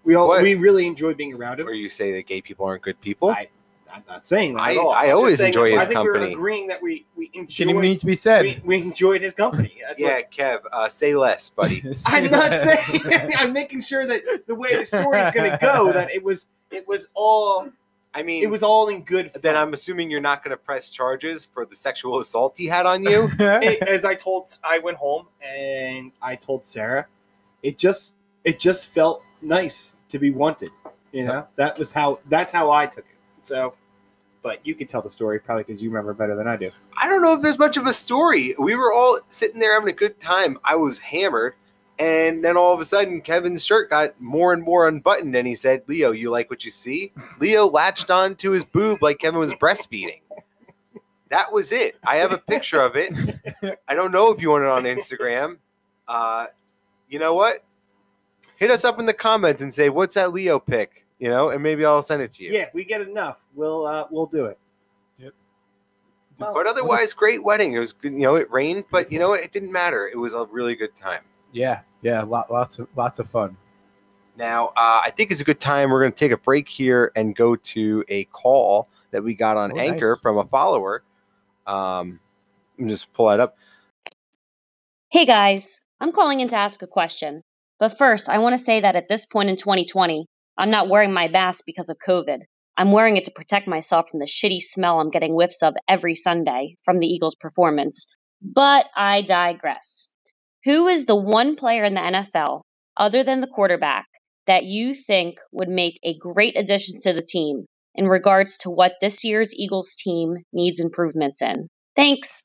B: We all
A: What?
B: we really enjoy being around him.
A: where you say that gay people aren't good people.
B: I- I'm not saying that at
A: I-
B: all.
A: I
B: I'm just
A: always
B: saying
A: enjoy
B: that-
A: his
B: I think
A: company.
B: We're agreeing that we we enjoy
C: Didn't need to be said.
B: we, we enjoyed his company. That's what-
A: yeah, Kev, uh, say less, buddy.
C: [laughs]
B: I'm
A: [laughs]
B: not saying. I'm making sure that the way the story's going to go, that it was it was all
A: I mean,
B: [laughs] it was all in good. Fun.
A: then I'm assuming you're not going to press charges for the sexual assault he had on you.
B: It- as I told, I went home and I told Sarah, it just it just felt nice to be wanted. You know, that was how that's how I took it. So, but you could tell the story probably because you remember better than I do.
A: I don't know if there's much of a story. We were all sitting there having a good time. I was hammered, And then all of a sudden, Kevin's shirt got more and more unbuttoned, and he said, "Leo, you like what you see?" Leo latched on to his boob like Kevin was breastfeeding. That was it. I have a picture of it. I don't know if you want it on Instagram. Uh, you know what? Hit us up in the comments and say, "What's that Leo pic?" You know, and maybe I'll send it to you.
B: Yeah, if we get enough, we'll uh, we'll do it.
C: Yep.
B: Well,
A: But otherwise, great wedding. It was, good- you know, it rained, but you know, what? it didn't matter. It was a really good time.
C: Yeah, yeah, lot, lots of lots of fun.
A: Now, uh, I think it's a good time. We're going to take a break here and go to a call that we got on
C: Oh,
A: Anchor
C: nice.
A: from a follower. Um, let me just pull that up.
D: Hey guys, I'm calling in to ask a question. But first, I want to say that at this point in 2020, I'm not wearing my mask because of COVID. I'm wearing it to protect myself from the shitty smell I'm getting whiffs of every Sunday from the Eagles' performance. But I digress. Who is the one player in the NFL, other than the quarterback, that you think would make a great addition to the team in regards to what this year's Eagles team needs improvements in? Thanks.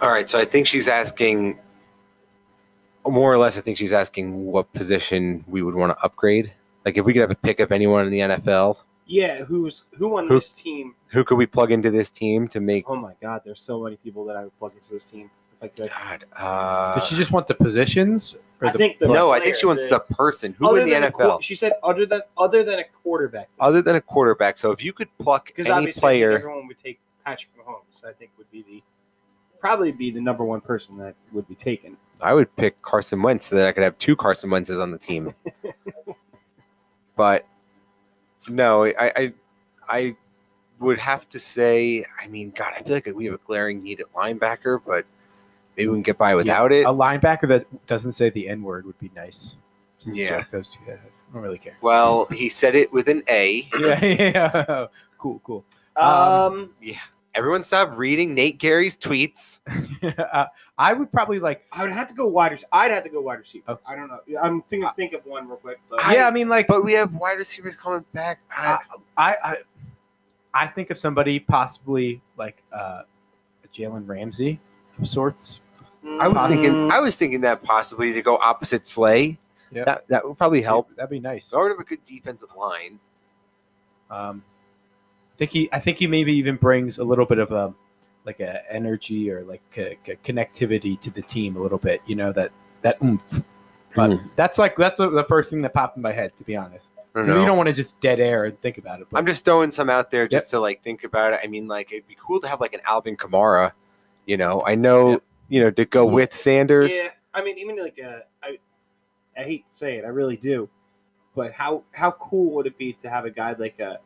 A: All right. So I think she's asking, more or less, I think she's asking what position we would want to upgrade. Like, if we could have a pick of anyone in the NFL,
B: yeah, who's who on
A: Who-
B: this team?
A: who could we plug into this team to make?
B: Oh my God, there's so many people that I would plug into this team if I could.
A: God. Uh,
C: Did she just want the positions?
B: I think the
A: no, I think
B: player,
A: she wants the person. Who
B: other
A: in the
B: than a
A: NFL?
B: quar- she said other than other than a quarterback,
A: other than a quarterback. So if you could pluck
B: because
A: any
B: obviously I think
A: player.
B: everyone would take Patrick Mahomes. I think would be the probably be the number one person that would be taken.
A: I would pick Carson Wentz so that I could have two Carson Wentzes on the team.
B: [laughs]
A: but no, I, I I would have to say, I mean, God, I feel like we have a glaring need at linebacker, but maybe we can get by without
C: a
A: it.
C: linebacker that doesn't say the N word would be nice. Just
A: Yeah.
C: jack those two. I don't really care. [laughs]
A: Well, he said it with an A.
C: Yeah, yeah. [laughs] Cool, cool.
B: Um,
A: Everyone stop reading Nate Gary's tweets.
C: uh, I would probably like.
B: I would have to go wide receiver. I'd have to go wide receiver.
C: Oh.
B: I don't know. I'm thinking think of one real quick. But
A: I-
C: yeah, I mean, like,
A: But we have wide receivers coming back. I,
C: I, I, I think of somebody possibly like uh, a Jalen Ramsey of sorts.
A: I was thinking
B: Mm,
A: I was thinking that possibly to go opposite Slay.
C: Yeah.
A: That that would probably help.
C: That'd be nice.
A: So I would have a good defensive line.
C: Um, I think he, I think he maybe even brings a little bit of a, like a energy or like a, connectivity to the team a little bit. You know that that oomph. But that's like that's the the first thing that popped in my head, to be honest.
A: Mm. I
C: 'Cause
A: don't know.
C: You don't want to just dead air and think about it. But
A: I'm just throwing some out there just to like think about it. I mean, like it'd be cool to have like an Alvin Kamara, you know. I know,
C: Yep. Mm-hmm.
A: you know, to go with Sanders.
B: yeah, I mean, even like uh, I, I hate to say it, I really do, but how how cool would it be to have a guy like a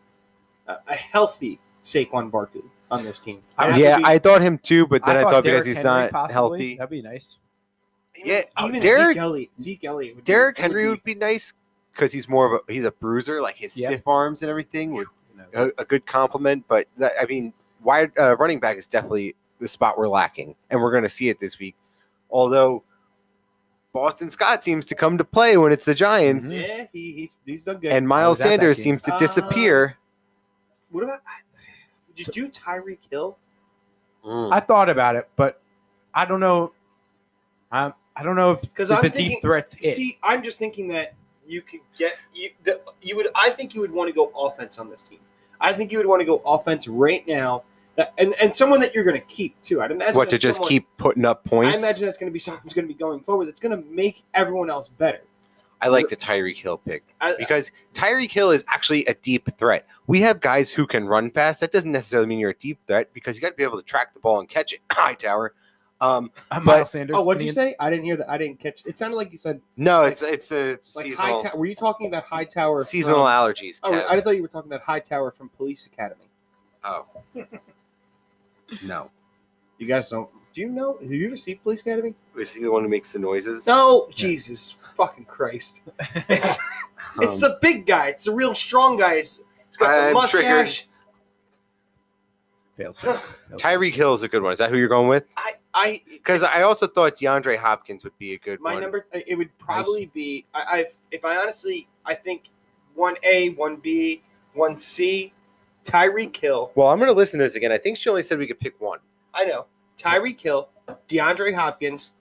B: a, a healthy Saquon Barkley on this team?
A: Yeah,
C: I would
B: And
C: Yeah,
B: be-
A: I thought him too, but then I thought,
C: Derrick
A: because he's
C: Henry
A: not
C: possibly,
A: healthy,
C: That'd be nice.
A: yeah, oh,
B: even
A: Derrick-
B: Zeke Elliott. Zeke Elliott. would be-
A: Derrick
B: would
A: Henry would be nice because he's more of a he's a bruiser, like his
C: Yep.
A: stiff arms and everything would
C: You know,
A: a, a good compliment. But that, I mean, wide uh, running back is definitely the spot we're lacking, and we're going to see it this week. Although Boston Scott seems to come to play when it's the Giants.
C: Mhm.
B: Yeah, he, he's he's done good.
A: and
C: was
A: Miles
C: at that
A: Sanders
C: game.
A: seems to
B: Mm-hmm. Uh,
A: disappear.
B: what about? Would you do Tyreek Hill?
C: I thought about it, but I don't know. I I don't know if,
B: Because
C: if
B: I'm
C: the
B: thinking-
C: deep threats hit.
B: See, I'm just thinking that you could get you. The, you would. I think you would want to go offense on this team. I think you would want to go offense right now, That- and and someone that you're going to keep too. I'd imagine
A: what to
B: that's
A: just
B: someone-
A: keep putting up
B: I
A: points? I,
B: imagine that's going to be someone who's going to be going forward. That's going to make everyone else better.
A: like the Tyreek Hill pick
B: I,
A: because Tyreek Hill is actually a deep threat. We have guys who can run fast. That doesn't necessarily mean you're a deep threat because you got to be able to track the ball and catch it. [coughs] Hightower. Um,
C: Uh,
A: but-
C: Miles Sanders.
B: oh, what'd you
C: being-
B: say? I didn't hear that. I didn't catch. It sounded like you said
A: no, it's it's a
B: like
A: seasonal
B: high. were you talking about high tower?
A: seasonal allergies.
B: Oh,
A: Kev.
B: I thought you were talking about high tower from Police Academy.
A: oh. no,
B: You guys don't. Do you know? Have you ever seen Police Academy?
A: is he the one who makes the noises?
B: No, Jesus fucking [laughs] Christ! It's, it's the big guy. It's the real strong guy. It's, it's got the
A: I'm
B: mustache.
C: Failed
B: [laughs]
C: to- failed to-
A: Tyreek Hill is a good one. Is that who you're going with?
B: I, I,
A: Because
B: it's-
A: I also thought DeAndre Hopkins would be a good
B: my
A: one.
B: number, it would probably be. I, I've, if I honestly, I think one A, one B, one C, Tyreek Hill.
A: Well, I'm going to listen to this again. I think she only said we could pick one.
B: I know Tyreek Hill, DeAndre Hopkins.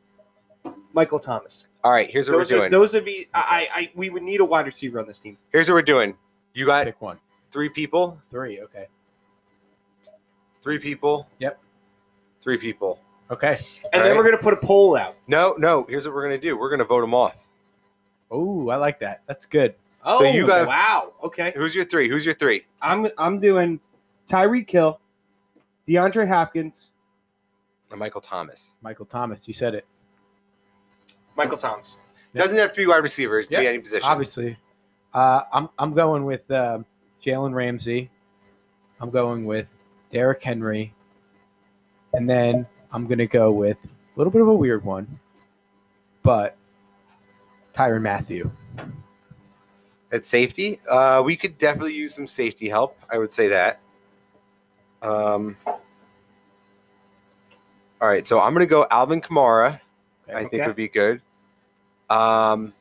B: Michael Thomas.
A: All right, here's what
B: those,
A: we're
B: Are,
A: doing.
B: those would be I, I I we would need a wide receiver on this team.
A: here's what we're doing. You got
C: Pick one.
A: three people,
C: Three. Okay.
A: three people.
C: Yep.
A: Three people.
C: Okay.
B: And then
A: Alright.
B: we're gonna put a poll out.
A: No, no. Here's what we're gonna do. We're gonna vote them off.
C: Oh, I like that. That's good.
B: Oh
A: So you got-
B: wow. Okay.
A: Who's your three? Who's your three?
B: I'm I'm doing Tyreek Hill, DeAndre Hopkins,
A: And Michael Thomas.
C: Michael Thomas, you said it.
B: Michael Thomas.
C: Yeah.
A: Doesn't have to be wide receiver. It can
C: Yeah,
A: be any position.
C: Obviously, uh, I'm I'm going with um Jalen Ramsey. I'm going with Derrick Henry, and then I'm gonna go with a little bit of a weird one, but Tyron Matthew.
A: At safety, uh, we could definitely use some safety help. I would say that. Um. All right, so I'm gonna go Alvin Kamara. I think
B: Okay.
A: would be good. Um.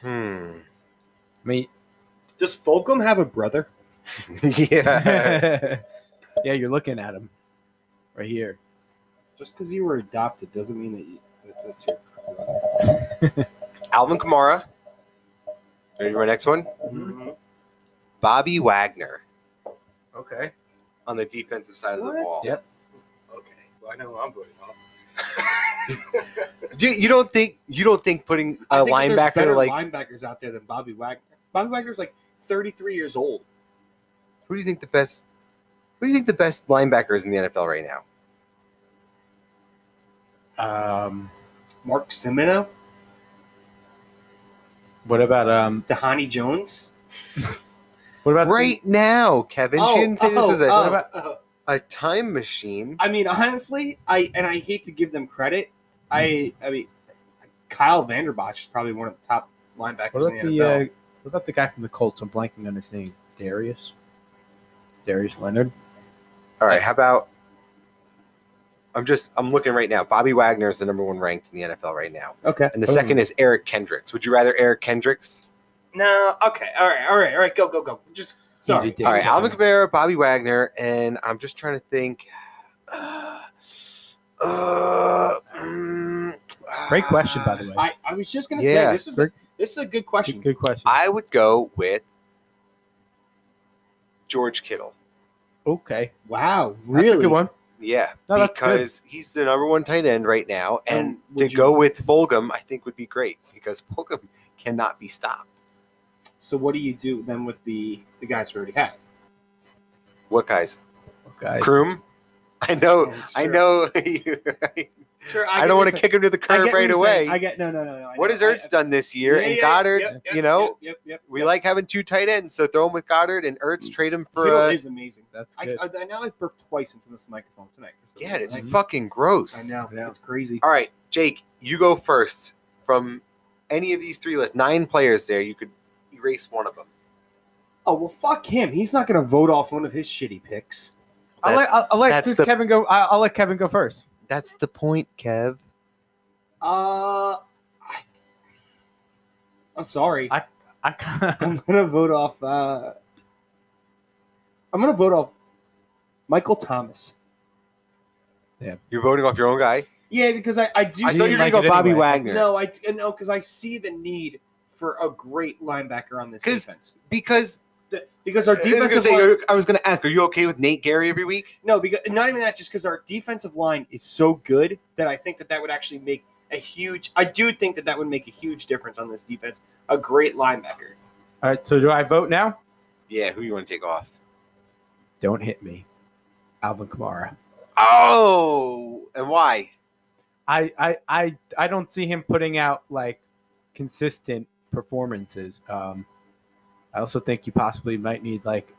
A: Hmm. [laughs]
C: I mean,
B: Does Fulcom have a brother?
C: [laughs]
A: yeah.
B: [laughs]
C: yeah, you're looking at him right here.
B: Just because you were adopted doesn't mean that, you, that that's your brother.
A: Alvin Kamara. Ready for my next one?
B: Mm-hmm.
A: Bobby Wagner
C: Okay.
A: on the defensive side of the
B: What?
A: ball.
C: Yep.
B: Okay. Well, I know who I'm voting off.
A: You, you don't think you don't think putting
B: I
A: a
B: think that there's better
A: linebacker like
B: linebackers out there than Bobby Wagner. Bobby Wagner's like 33 years old.
A: who do you think the best who do you think the best linebacker is in the NFL right now?
C: Um,
B: Mark Semino,
C: what about um,
B: Dehani Jones.
C: what about
A: Right now, Kevin.
C: Oh,
A: she didn't say this was a,
B: oh,
C: about-
B: oh.
A: a time machine.
B: I mean, honestly, I and I hate to give them credit. I I mean, Kyle Vanderbosch is probably one of the top linebackers
C: What about
B: in the,
C: the uh,
B: NFL.
C: what about the guy from the Colts? I'm blanking on his name. Darius. Darius Leonard.
A: All right, how about I'm just I'm looking right now. Bobby Wagner is the number one ranked in the NFL right now.
B: okay.
A: And the
C: Oh.
A: second is Eric Kendricks. Would you rather Eric Kendricks?
B: No. Okay. All right. All right. All right. Go. Go. Go. Just
C: He
B: sorry.
C: did.
A: All right, Alvin
C: Okay.
A: Kamara, Bobby Wagner, and I'm just trying to think. Uh, uh, mm,
C: Great question, by the
A: uh,
C: way.
B: I, I was just gonna
A: Yeah.
B: say this was a, this is a good question.
C: Good, good question.
A: I would go with George Kittle.
C: okay,
B: Wow.
C: that's
B: Really?
C: a good one.
A: Yeah,
C: No, that's good.
A: because he's the number one tight end right now, and
B: Um, would
A: to
B: you-
A: go with Fulgham, I think would be great because Fulgham cannot be stopped.
B: So what do you do then with the the guys we already have?
A: What guys?
C: Okay.
A: Kroom? I know.
B: Oh,
A: I
B: sure.
A: know. [laughs] you, I,
B: Sure.
A: don't want to kick him to the curb right away.
B: I get no no no. no I
A: what
B: know,
A: has
B: I-
A: Ertz done this year?
B: Yeah,
A: and
B: yeah,
A: Goddard,
B: yep, yep,
A: you know,
B: Yep. Yep. yep.
A: we like having two tight ends, so throw him with Goddard and Ertz. Trade him for.
B: Kittle
A: Uh,
B: is amazing.
C: That's
B: I,
C: good.
B: I, I now I've burped twice into this microphone tonight. for some
A: yeah, it's
B: reason.
A: fucking gross.
B: Mm-hmm. I know.
C: I know.
B: It's crazy.
A: All right, Jake, you go first from any of these three lists. Nine players there. You could erase one of them.
B: Oh well, fuck him. He's not gonna vote off one of his shitty picks.
C: I
A: That's,
C: like. I like.
A: that's
C: Since
A: the-
C: Kevin go, I, I'll let Kevin go first.
A: that's the point, Kev.
B: Uh, I, I'm sorry. I,
C: I [laughs] kind
B: am gonna vote off. Uh, I'm gonna vote off Michael Thomas.
A: You're voting off your own guy.
B: Yeah, because I I do.
A: I
C: You
A: thought
B: see-
A: you were
C: didn't
A: gonna
C: like
A: go
C: it
A: Bobby
C: anyway.
A: Wagner.
B: no, I uh, no, because I see the need for a great linebacker on this
A: 'Cause-
B: defense.
A: because
B: The- because our
A: I was gonna
B: defensive
A: say.
B: line,
A: I was gonna ask. Are you okay with Nate Gary every week?
B: No, because not even that. Just because our defensive line is so good that I think that that would actually make a huge. I do think that that would make a huge difference on this defense. A great linebacker.
C: All right. So do I vote now?
A: Yeah. Who you want to take off?
C: Don't hit me, Alvin Kamara.
A: Oh, and why?
C: I, I, I, I don't see him putting out like consistent performances. Um, I also think you possibly might need like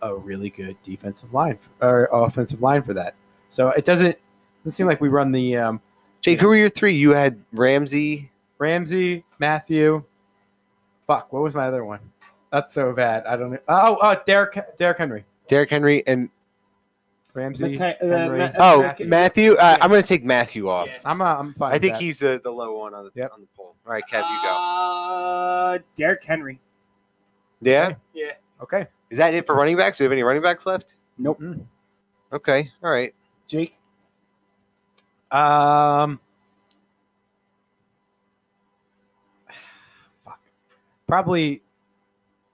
C: a really good defensive line f- or offensive line for that. So it doesn't it doesn't seem like we run the um,
A: Jake, who were your three? You had Ramsey.
C: Ramsey, Matthew. Fuck, what was my other one? That's so bad. I don't know. Oh, oh, Derek, Derek Henry,
A: Derrick Henry and
C: Ramsey.
B: Mate- uh,
C: Henry.
B: Ma-
A: oh
B: Matthew.
A: Matthew. Uh,
B: Yeah.
A: I'm going to take Matthew off.
B: Yeah.
C: I'm uh, I'm fine.
A: I
C: with
A: think
C: that.
A: he's uh, the low one on the
C: Yep.
A: on the poll. All right, Kev, you go.
B: Uh, Derrick Henry.
A: Yeah,
B: Yeah.
C: okay.
A: is that it for running backs? Do we have any running backs left? Hmm.
B: Nope.
C: Mm.
A: Okay, all right.
B: Jake.
C: Um, Probably,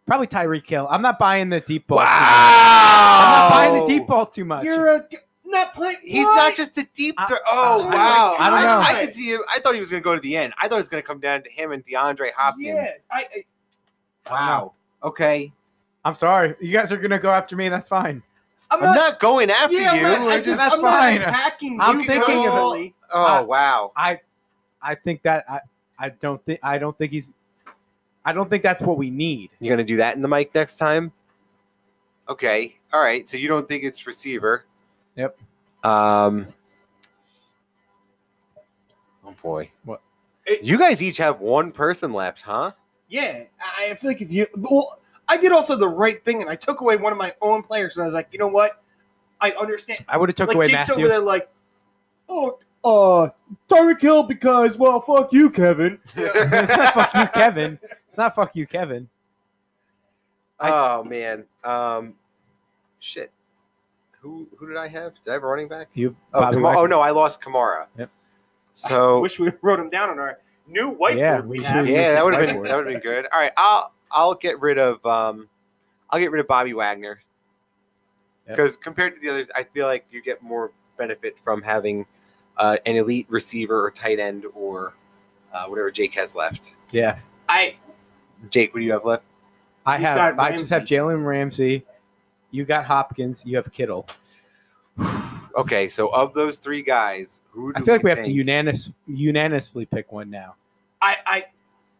C: probably Tyreek Hill. I'm not buying the deep ball.
A: Wow.
C: too much. I'm not buying the deep ball too much.
B: You're a not playing.
A: He's
B: what?
A: not just a deep
C: I-
A: throw. Oh,
B: I-
A: wow.
C: I don't know.
A: I, could see him. I thought he was going to go to the end. I thought it was going to come down to him and DeAndre Hopkins.
B: Yeah, I, I
A: Wow. Okay.
C: I'm sorry. You guys are gonna go after me. That's fine.
B: I'm
A: I'm
B: not.
A: not, going after
B: yeah,
A: you.
B: I'm not,
A: We're
B: I'm just,
A: just-
C: that's
B: I'm not
C: fine.
B: attacking.
C: I'm
B: you
C: thinking
B: guys.
C: of it.
B: Holy-
A: oh, wow.
C: I I think that I I don't think I don't think he's I don't think that's what we need.
A: You're going to do that in the mic next time? Okay. All right. So you don't think it's receiver?
C: Yep.
A: Um. Oh, boy.
C: What?
A: You guys each have one person left, huh?
B: Yeah, I I feel like if you well, I did also the right thing, and I took away one of my own players, and I was like, you know what? I understand.
C: I would have took
B: like
C: away
B: Jake's
C: Matthew.
B: over there, like, oh, uh, Tyreek Hill because well, fuck you, Kevin.
C: [laughs] it's not
A: [laughs]
C: fuck you, Kevin. It's not fuck you, Kevin.
A: oh man. Um shit. Who who did I have? Did I have a running back?
C: You
A: Oh,
C: Bobby
A: Kama- oh
C: Wagner.
A: no, I lost Kamara.
C: Yep. [laughs]
A: So
B: Wish we wrote him down on our new whiteboard.
C: Oh. Yeah,
B: we
C: we
B: have.
C: should.
A: yeah,
C: This is
A: that would have been
C: whiteboard.
A: that would have been good. All right, I'll I'll get rid of um I'll get rid of Bobby Wagner.
C: Yep.
A: Because compared to the others, I feel like you get more benefit from having uh, an elite receiver or tight end or uh, whatever Jake has left.
C: Yeah.
B: I
A: Jake, what do you have left?
C: I
B: He's
C: have
B: got
C: I just have
B: Ramsey.
C: Jalen Ramsey. You got Hopkins. You have Kittle.
A: Okay, so of those three guys, who do
C: I feel like we have to
A: think-
C: unanimous, unanimously pick one now.
B: I, I,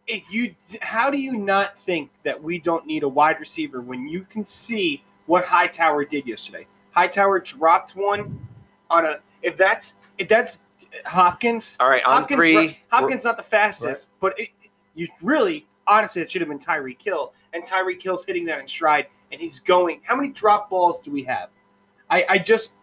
B: if you, how do you not think that we don't need a wide receiver when you can see what Hightower did yesterday? Hightower dropped one on a. If that's if that's Hopkins,
A: All right, on
B: Hopkins,
A: three.
B: ru-
A: we're-
B: Hopkins not the fastest, but it, you really honestly it should have been Tyree Kill, and Tyree Kill's hitting that in stride, and he's going. How many drop balls do we have? I, I just,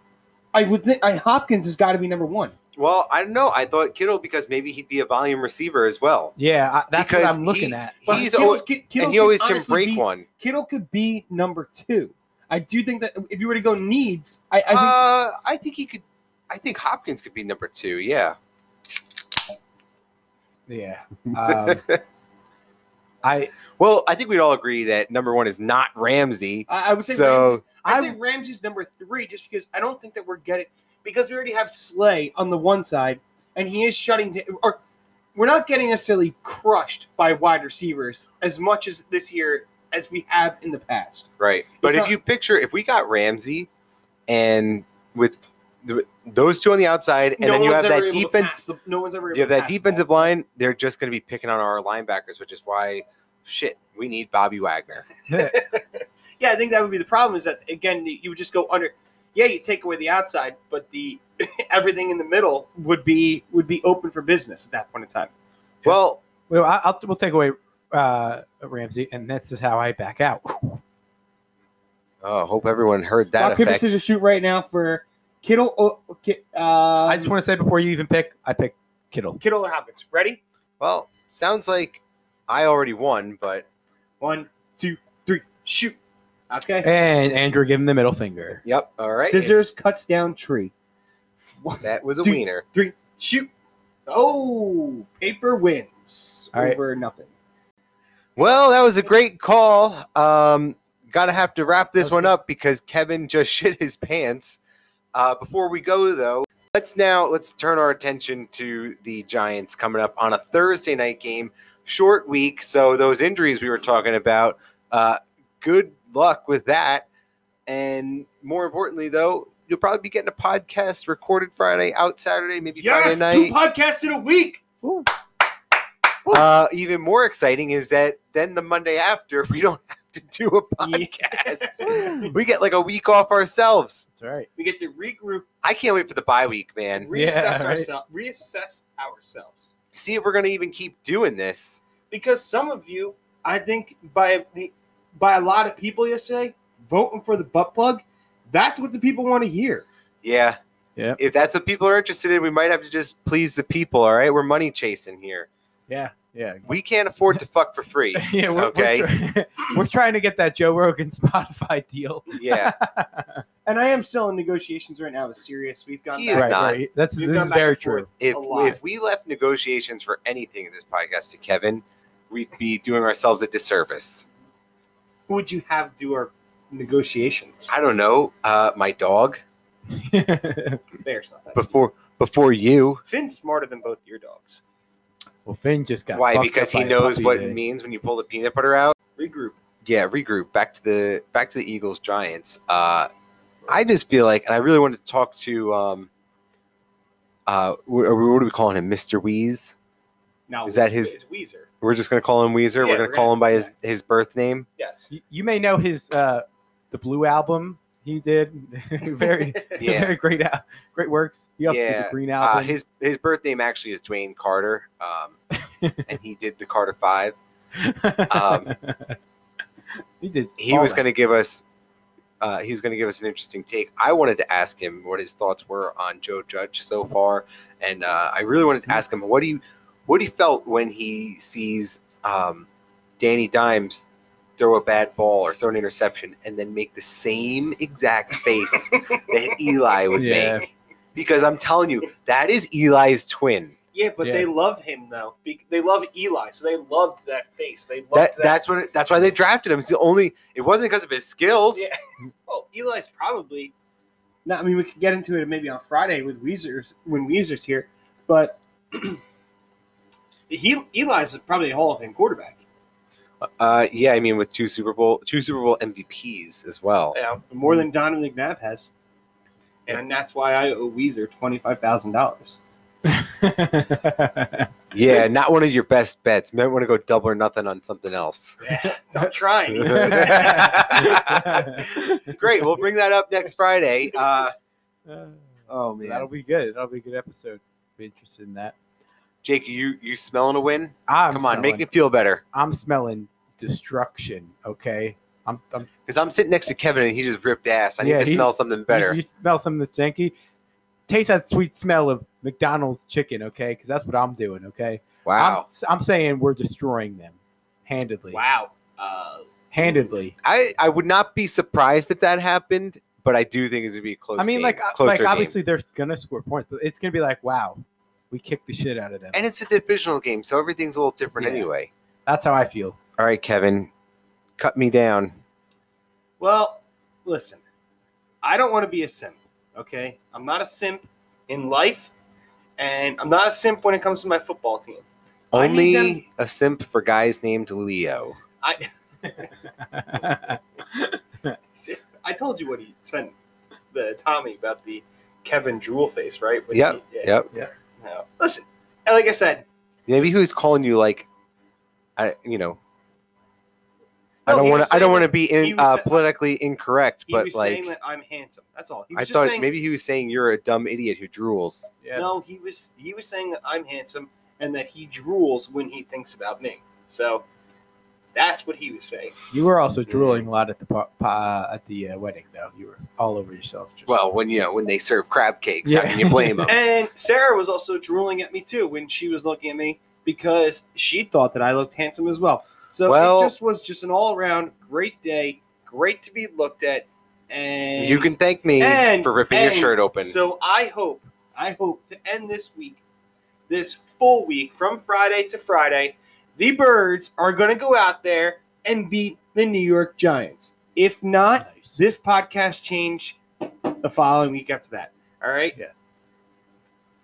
B: I would think I Hopkins has got to be number one.
A: Well, I don't know. I thought Kittle because maybe he'd be a volume receiver as well.
C: Yeah, I, that's
A: Because
C: what I'm looking
A: he-
C: at.
B: But
A: He's
B: Kittle-
A: always-
B: Ki- Kittle
A: and he always can
B: honestly
A: break
B: be-
A: one.
B: Kittle could be number two. I do think that if you were to go needs, I, I think
A: uh, I think he could. I think Hopkins could be number two. Yeah. [laughs]
C: Yeah. Um, I
A: Well, I think we'd all agree that number one is not Ramsey.
B: I, I would say
A: So-
B: Ramsey's, I'd
C: I-
B: say Ramsey's number three just because I don't think that we're getting because we already have Slay on the one side and he is shutting down or we're not getting necessarily crushed by wide receivers as much as this year as we have in the past.
A: Right. But
B: It's
A: if
B: not-
A: you picture, if we got Ramsey and with the, those two on the outside, and
B: no
A: then you
B: one's
A: have that
B: ever able to
A: defense,
B: pass the- no one's ever able
A: you have
B: to
A: that
B: pass the
A: defensive
B: ball.
A: line, they're just going to be picking on our linebackers, which is why, shit, we need Bobby Wagner.
B: Yeah, I think that would be the problem is that again you would just go under yeah, you take away the outside, but the [laughs] everything in the middle would be would be open for business at that point in time.
A: Well,
C: Well, I, I'll, we'll take away uh, Ramsey, and this is how I back out.
A: oh, hope everyone heard that.
B: Rock, paper,
A: Effect.
B: scissors, shoot right now for Kittle. Oh, Ki- uh,
C: I just want to say before you even pick, I pick Kittle.
B: Kittle or Hopkins. Ready?
A: Well, sounds like I already won, but
B: One, two, three, shoot. Okay.
C: And Andrew, give him the middle finger.
A: yep. All right.
B: Scissors cuts down tree. One,
A: That was a
B: Dude.
A: wiener.
B: three, shoot. Oh, paper wins
C: All right.
B: over nothing.
A: Well, that was a great call. Um, gotta have to wrap this one up because Kevin just [laughs] shit his pants. Uh, before we go though, let's now let's turn our attention to the Giants coming up on a Thursday night game, short week. So those injuries we were talking about, uh, good luck with that. And more importantly, though, you'll probably be getting a podcast recorded Friday, out Saturday, maybe
B: Yes,
A: Friday night.
B: two podcasts in a week.
A: Uh, even more exciting is that then the Monday after we don't have to do a
B: [laughs]
A: podcast. we get like a week off ourselves.
C: That's right.
B: We get to regroup,
A: I can't wait for the bye week, man.
B: reassess
C: right.
B: ourselves, reassess ourselves.
A: See if we're gonna even keep doing this.
B: because some of you, I think by the by a lot of people yesterday voting for the butt plug, that's what the people want to hear.
A: Yeah.
C: Yep.
A: If that's what people are interested in, we might have to just please the people. All right, we're money chasing here.
C: Yeah, yeah, [laughs]
A: We can't afford to fuck for
B: [laughs]
A: free.
C: yeah. We're,
A: Okay.
C: we're, try- [laughs] we're trying to get that Joe Rogan [laughs] Spotify deal.
B: [laughs]
A: Yeah.
B: And I am still in negotiations right now with Sirius. We've gone
A: He
B: back,
A: is
C: right,
A: not.
C: right. That's
B: we've
C: this
B: gone
C: is
B: back
C: very
B: and forth
C: true.
A: If
B: a lot.
A: if we left negotiations for anything in this podcast to Kevin, we'd be doing ourselves a disservice.
B: Who would you have do our negotiations?
A: I don't know. Uh, my dog
C: [laughs]
B: Bear's not that. smart.
A: before before you.
B: Finn's smarter than both your dogs.
C: well, Finn just got
A: Why?
C: fucked
A: Because
C: up
A: he
C: by a
A: knows
C: puppy
A: what
C: today.
A: it means when you pull the peanut butter out.
B: Regroup.
A: Yeah, regroup. Back to the back to the Eagles Giants. Uh, I just feel like, and I really wanted to talk to. Um, uh, wh- what are we calling him, Mister Wheeze?
B: Now
A: Is that his-
B: It's Weezer.
A: We're just gonna call him Weezer.
B: Yeah,
A: we're gonna
B: we're
A: call
B: gonna-
A: him by his
B: yeah.
A: his birth name.
B: Yes.
C: You, you may know his uh, the Blue album he did. [laughs] [laughs] very
A: [laughs] Yeah.
C: very great al- great works. He also did
A: Yeah,
C: the Green
A: Uh,
C: album.
A: his his birth name actually is Dwayne Carter,
C: [laughs]
A: um, and he did the Carter Five.
C: [laughs]
A: um,
C: he did.
A: He was going to give us uh, he was going to give us an interesting take. I wanted to ask him what his thoughts were on Joe Judge so far, and uh, I really wanted to ask him what do you what he felt when he sees um, Danny Dimes throw a bad ball or throw an interception and then make the same exact face that Eli would
C: Yeah.
A: make. Because I'm telling you, that is Eli's twin.
B: Yeah, but
C: Yeah.
B: they love him though. Be- they love Eli, so they loved that face. They loved
A: That,
B: that.
A: that's what. That's why they drafted him. It's the only. It wasn't because of his skills.
B: Yeah. Well, Oh, Eli's probably. Not, I mean, we could get into it maybe on Friday with Weezer's when Weezer's here, but [clears throat] he Eli's probably a Hall of Fame quarterback.
A: Uh, yeah, I mean, with two Super Bowl, two Super Bowl MVPs as well.
B: Yeah, more than Donovan McNabb has, and that's why I owe Weezer twenty five thousand dollars.
C: [laughs] to.
A: Yeah, not one of your best bets. Might want to go double or nothing on something else.
B: I'm trying.
A: [laughs]
C: [laughs]
A: Great, we'll bring that up next Friday. Uh, oh
C: That'll be good. That'll be a good episode. Be interested in that.
A: Jake, you you smelling a win?
C: I'm
A: Come on, make
C: smelling-
A: me feel better.
C: I'm smelling destruction. Okay. I'm. I'm
A: Because I'm sitting next to Kevin and he just ripped ass. I need
C: Yeah,
A: to
C: he-
A: smell something better.
C: You, you smell something that's janky. Taste that sweet smell of McDonald's chicken. Okay, because that's what I'm doing. Okay.
A: wow.
C: I'm, I'm saying we're destroying them, handedly.
B: wow. Uh,
C: Handedly.
A: I, I would not be surprised if that happened, but I do think it's gonna be a close.
C: I mean,
A: game,
C: like, uh,
A: closer
C: like
A: game.
C: obviously they're gonna score points, but it's gonna be like, wow, we kicked the shit out of them.
A: and it's a divisional game, so everything's a little different
C: Yeah.
A: anyway.
C: That's how I feel. [laughs]
A: All right, Kevin, cut me down.
B: well, listen, I don't want to be a simp. Okay, I'm not a simp in life, and I'm not a simp when it comes to my football team. I need
A: Only a simp for guys named Leo.
B: I I told you what he sent the Tommy about the Kevin Jewel face, right? When
A: Yep,
B: he-
A: Yep.
B: No. Listen, and like I said,
A: Maybe who's calling you like, I you know. I
B: No,
A: don't
B: he
A: want
B: was
A: to. I don't
B: saying
A: want to
B: that-
A: be
B: he
A: in,
B: was
A: uh,
B: sa-
A: politically incorrect,
B: he
A: but
B: was
A: like
B: saying that I'm handsome. That's all. He was
A: I
B: just
A: thought
B: saying,
A: maybe he was saying you're a dumb idiot who drools.
C: Yeah.
B: No, he was he was saying that I'm handsome and that he drools when he thinks about me. So that's what he
A: [laughs]
B: was saying.
C: You were also drooling a lot at the po- po- uh, at the uh, wedding, though. You were all over yourself. Just,
A: Well, when you know when they serve crab cakes, how
C: Yeah.
A: can you blame them?
B: And Sarah was also drooling at me too when she was looking at me because she thought that I looked handsome as well. So
A: Well-
B: it just was just an all around great day, great to be looked at, and
A: [laughs] you can thank me
B: and-
A: for ripping your
B: and
A: shirt open.
B: So I hope, I hope to end this week, this full week from Friday to Friday, the Birds are going to go out there and beat the New York Giants. If not,
C: nice.
B: this podcast change the following week after that. All right.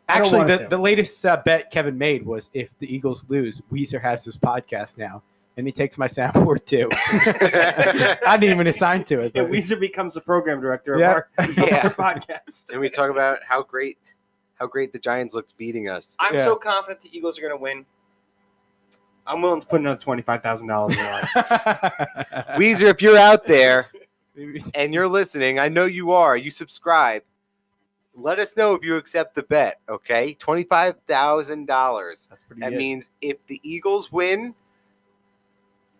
B: I don't
C: Actually,
B: want it
C: the,
B: to.
C: the latest uh, bet Kevin made was if the Eagles lose, Weezer has his podcast now, and he takes my [laughs] soundboard
A: [laughs]
C: too. I didn't even assign to it.
B: Yeah, [laughs]
C: But [laughs]
B: Weezer becomes the program director of
C: Yeah.
B: our, of our
A: Yeah. [laughs]
B: podcast.
A: [laughs] and we talk about how great, how great the Giants looked beating us.
B: I'm
C: Yeah.
B: so confident the Eagles are going to win. I'm willing to put another twenty five thousand dollars
C: [laughs]
B: in on it.
A: Weezer, if you're out there, and you're listening, I know you are. You subscribe. Let us know if you accept the bet, okay? $25,000.
C: That's pretty
A: That
C: it.
A: means if the Eagles win,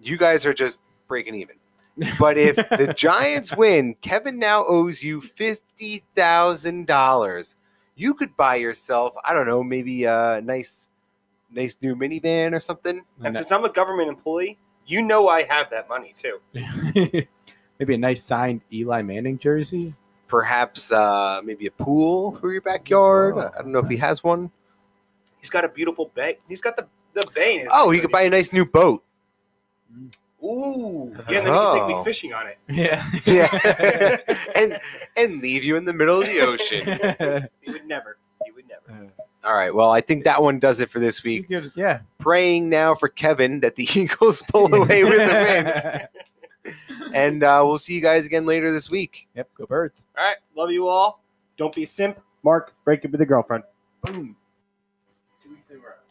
A: you guys are just breaking even. But if the Giants win, Kevin now owes you $50,000. You could buy yourself, I don't know, maybe a nice nice new minivan or something.
B: And since I'm a government employee, you know I have that money too.
C: [laughs] Maybe a nice signed Eli Manning jersey.
A: Perhaps uh, maybe a pool for your backyard.
C: Oh,
A: I don't know if he has one.
B: He's got a beautiful bay. He's got the the bay. In his
A: Oh,
B: bay
A: he could buy
B: already.
A: a nice new boat.
B: Ooh, [laughs] yeah. And then he can take
A: Oh.
B: me fishing on it.
C: Yeah. [laughs]
A: Yeah. [laughs] and and leave you in the middle of the ocean.
B: He would never. He would never.
A: [laughs] All right. Well, I think that one does it for this
C: You
A: week.
C: give- yeah.
A: Praying now for Kevin that the [laughs] Eagles pull away with the [laughs] win. And uh, we'll see you guys again later this week.
C: [laughs] Yep. Go birds.
B: All right, love you all. Don't be a simp. Mark, break up with a girlfriend.
C: Boom. Two weeks in a row.